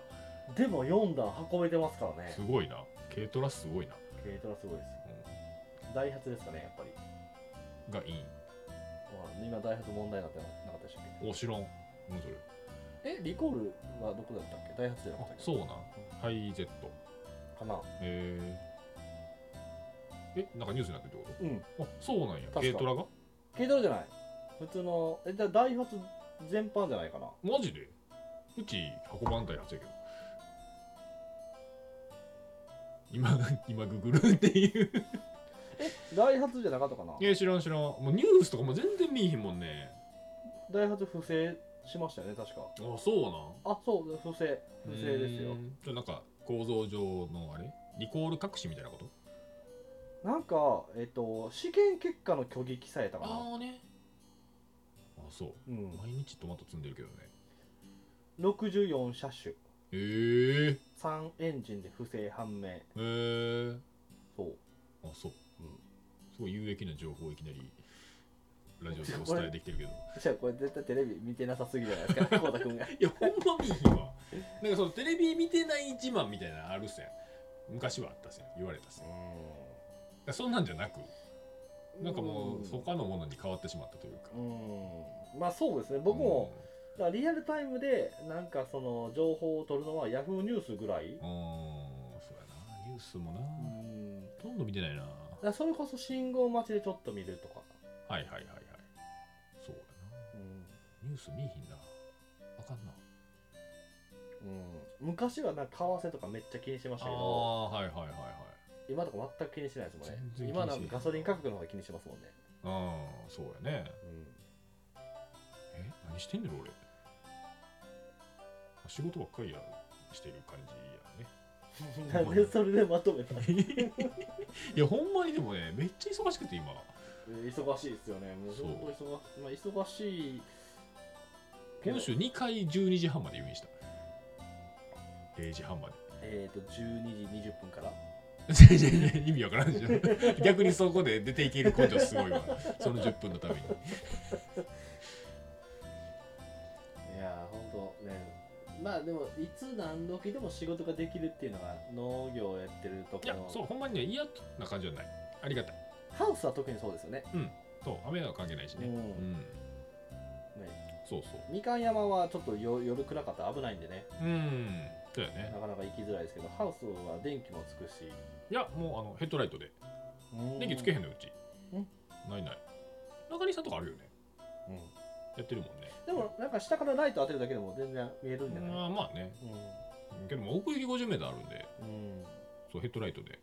C: うんでも4段運べてますからね
B: す。ごいな軽トラすごいな、
C: 軽トラすごいです。ダイハツですかね、やっぱり。
B: うん、がいい
C: うん今、ダイハツ問題になってなかったでしたっけ
B: お知らん何それ
C: え、リコールはどこだったっけダイハツじゃなか
B: あ
C: ったっけ
B: そうなんハイゼット
C: かな
B: ええなんかニュースになってるってこ
C: うん
B: とあそうなんや
C: 確か
B: 軽トラが
C: 軽トラじゃない普通のえじゃあダイハツ全般じゃないかな
B: マジでうち箱番台初やけど今今ググるって いう
C: ダイハツじゃなかったかない
B: や知らん知らんもうニュースとかも全然見えへんもんね
C: ダイハツ不正しましたよね確か
B: あそう
C: あそう不正不
B: なん
C: 正です
B: う
C: よ
B: ーんじゃあなんか構造上のあれリコール隠しみたいなこと
C: なんかえっ、と試験結果の虚偽記載やったかな
B: ああねあそう
C: うん
B: 毎日トマト積んでるけどね
C: 64車種
B: へえ
C: 3エンジンで不正判明
B: へえ
C: そう
B: あそう、
C: うん
B: すごい有益な情報をいきなりラジオでお伝えできてるけど
C: じゃあこれ絶対テレビ見てなさすぎじゃないですか こうたくんが
B: いやほんま見えひんわなんかそのテレビ見てない自慢みたいなのあるせん昔はあったせん言われたせんだからそんなんじゃなくなんかもう他のものに変わってしまったというか
C: うんまあそうですね僕も、だからリアルタイムでなんかその情報を取るのはヤフーニュースぐらい、
B: うんうんそうやなニュースもな
C: う、ん、だ
B: ほとんど見てないなは
C: からそれこそ信号待ちでちょっと見るとか、
B: いはいはいはいそうやなニュース見えひんなあかんな
C: うん昔はなんか為替とかめっちゃ気にしてましたけど
B: あーはいはいはいはい
C: 今とか全く気にしてないですもんね
B: 全然気にし
C: 今
B: ない
C: なんかガソリン価格の方が気にしてますもんね、
B: うんそうやね
C: う
B: 何してんねん俺仕事ばっかりやしてる感じやね
C: なんで それでまとめたの
B: いやほんまにでもねめっちゃ忙しくて今
C: 忙しいですよね。もう
B: そう
C: 本当忙,、まあ、忙しいけど。
B: 今週2回12時半まで入院した0時半まで
C: えっ、と、12時20分から。
B: 全然意味わからんでしょ逆にそこで出ていける根性すごいわその10分のために
C: いやー、本当ね。まあでも、いつ何時でも仕事ができるっていうのが農業をやってるとこ
B: いや
C: ろの
B: そうほんまにね嫌な感じはないありがたい
C: ハウスは特にそうですよね。
B: と雨は関係ないしね
C: うん
B: うん
C: ね
B: そうそう
C: みかん山はちょっとよ夜暗かったら危ないんでね、
B: うんそうやね
C: なかなか行きづらいですけど、ハウスは電気もつくし。
B: いやもうあのヘッドライトで電気つけへんのようち
C: うん
B: ないない中西さんとかあるよね
C: うん
B: やってるもんね
C: でも、なんか下からライト当てるだけでも全然見えるんじゃない
B: まあまあね
C: うん。
B: けども奥行き 50m あるんで
C: うん
B: そうヘッドライトで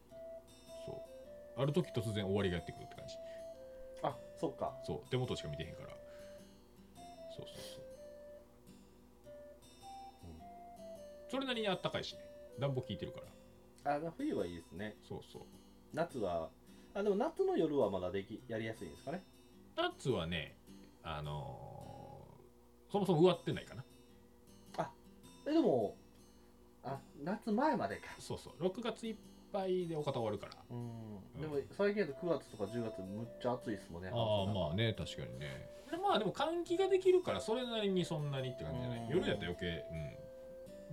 B: そうある時突然終わりがやってくるって感じ
C: あ、そっか。
B: そう手元しか見てへんからそうそうそう、
C: うん
B: それなりにあったかいしね暖房効いてるから
C: あ冬はいいですね。
B: そうそう
C: 夏はあでも夏の夜はまだできやりやすいんですかね
B: 夏はねあのーそもそも植わってないかな
C: えでもあ夏前までか
B: そうそう6月いっぱいでお方終わるから
C: うん
B: ん
C: でも最近だと9月とか10月むっちゃ暑いですもんね
B: ああまあね確かにねでまあでも換気ができるからそれなりにそんなにって感じじゃな
C: う
B: い
C: ん
B: 夜やったら余計うん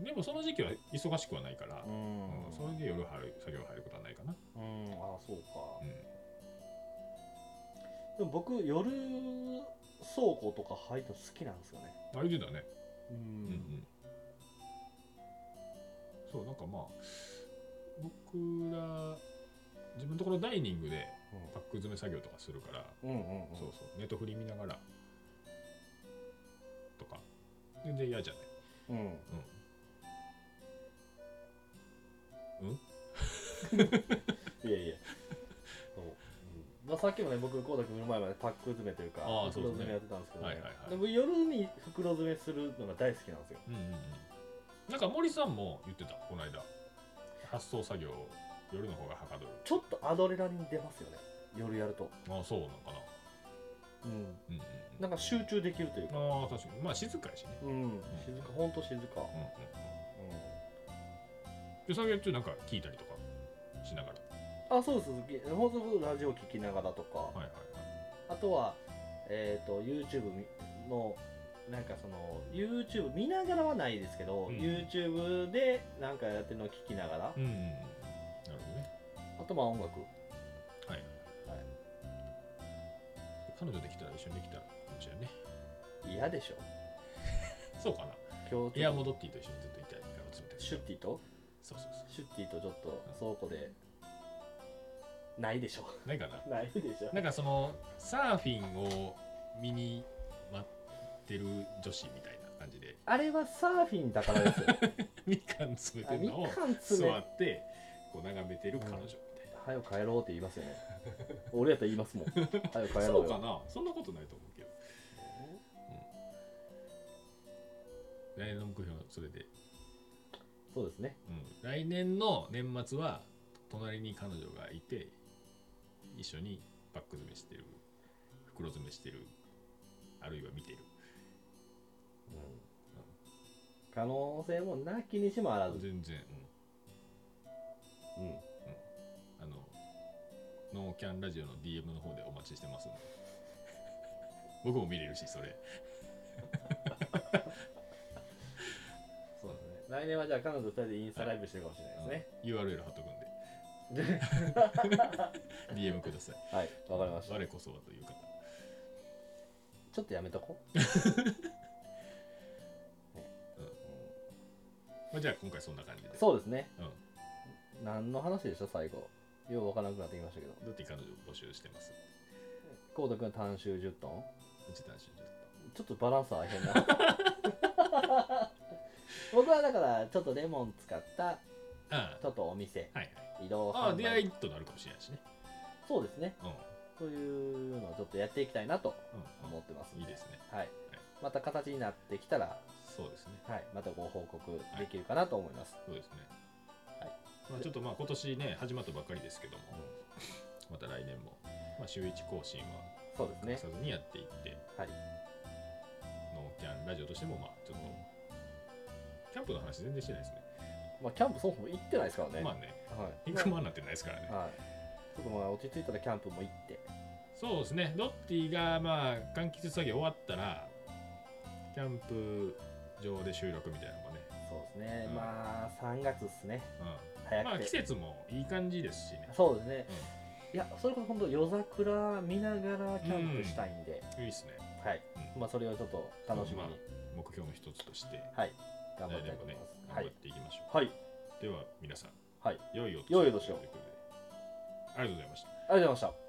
B: でもその時期は忙しくはないから、
C: う
B: うんんそれで夜入る作業入ることはないかな、
C: うんあそうか
B: うん、
C: でも僕夜倉庫とか入るの好きなんですよね
B: あれでだね
C: う
B: うんうんんそうなんかまあ僕ら自分のところダイニングでパック詰め作業とかするから、
C: うんうんうん
B: そうそうネットフリ見ながらとか全然嫌じゃない
C: うんいやいやそううんまあ、さっきもね僕コーダ君来る前までパック詰めというか
B: あーそう
C: 袋
B: ですね
C: 詰めやってたんですけど、ね
B: はいはいはい
C: でも夜に袋詰めするのが大好きなんですよ
B: うんうんうんなんか森さんも言ってたこの間発送作業夜の方がはかどる
C: ちょっとアドレナリン出ますよね夜やると、
B: ああそうなのかな
C: うん、
B: うんうんう
C: なんか集中できるというか、
B: んああ確かにまあ静かやしね
C: うん、静かほんと静か、
B: うんうんうんで作業中なんか聞いたりとかしながら
C: うん、あそうです鈴木ほんと僕ラジオ聞きながらとか、
B: はいはい
C: あとはえっ、と YouTube みのなんかその YouTube 見ながらはないですけど、
B: うん
C: YouTube でなんかやってるのを聞きながら、
B: はいうんうんうんなるほどね
C: あとまあ音楽
B: はい
C: はい
B: 彼女できたら一緒にできたらかもしれないね
C: 嫌でしょ
B: そうかな
C: 今日
B: エ
C: ち
B: ア
C: ょっ
B: モ
C: と
B: ドッティと一緒にずっといたいからそう
C: シュッティと
B: そうそう
C: シュッティとちょっと倉庫でないでしょ
B: そうないかな
C: ないでしょ
B: なんかそのサーフィンを見に待ってる女子みたいな感じで
C: あれはサーフィンだからですよ
B: みかん詰め
C: あ
B: てる
C: み
B: のを
C: かん詰め
B: 座ってこう眺めてる彼女みたい
C: はよ帰ろうって言いますよね俺やったら言いますもんはよ帰ろ
B: な、
C: う
B: そ
C: よ
B: うかなそんなことないと思うけど来年の目標はそれで、
C: そうですね
B: うん、来年の年末は隣に彼女がいて一緒にバック詰めしてる袋詰めしてるあるいは見てる
C: 可能性もなきにしもあらず、
B: 全然、うん
C: うん、
B: あの、ノーキャンラジオの DM の方でお待ちしてますんで僕も見れるし、それ。
C: そうですね来年はじゃあ彼女2人でインスタライブしてるかもしれないですね、
B: うん URL 貼っとく んで、DM ください。
C: はいわかりました
B: 我こそはという方。
C: ちょっとやめとこ
B: うん
C: う、
B: まあ、じゃあ、今回そんな感じで。
C: そうですね
B: うん。
C: 何の話でした最後ようわからなくなってきましたけど
B: だって彼女募集してます。
C: コード君単集10トン
B: うち男子ちょっ
C: ちょっとバランスは変な僕はだからちょっとレモン使った
B: とあ
C: ちょっとお店
B: あ、はい
C: 移動
B: はい。ああ、
C: 販
B: 出会
C: 売
B: いとなるかもしれないしね。
C: そうですね
B: うん。
C: そういうのをちょっとやっていきたいなと
B: うん、
C: 思ってます
B: うんいいですね。
C: はいまた形になってきたら、
B: そうですね。
C: はい、またご報告できるかなと思います。
B: そうですね。
C: はい。
B: まあちょっとまあ今年ね始まったばっかりですけども、 また来年もまあ週一更新は
C: そうです
B: 欠
C: ね
B: かさ。ずにやっていって、
C: はい。
B: ノーキャンラジオとしてもまあちょっとキャンプの話全然してないですね。
C: まあ、キャンプそもそも行ってないですからね。
B: まあね、
C: はい。
B: 行くまんなんてないですからね。
C: はい。ちょっとまあ、落ち着いたらキャンプも行って。
B: そうですね。ロッティがまあ柑橘作業終わったらキャンプ場で収録みたいなのもね。
C: そうですね。
B: うん
C: まあ、3月ですね。
B: う
C: 早
B: ん。まあ
C: く
B: 季
C: て。
B: 節もいい感じですしね。
C: そうですね。いや、それこそ本当夜桜見ながらキャンプしたいんで、
B: いいですね。
C: はい。
B: うん
C: まあ、それをちょっと楽しみ
B: ま
C: に、
B: あ目標の一つとして
C: はい。頑
B: 来
C: 張りた
B: 年
C: い
B: も
C: と思い
B: ね
C: ます。は
B: 頑張っ
C: い。
B: ていきましょう。
C: はい。
B: では皆さん、
C: はい
B: 良いお年を
C: 良いお年を
B: ということでありがとうございました。
C: ありがとうございました。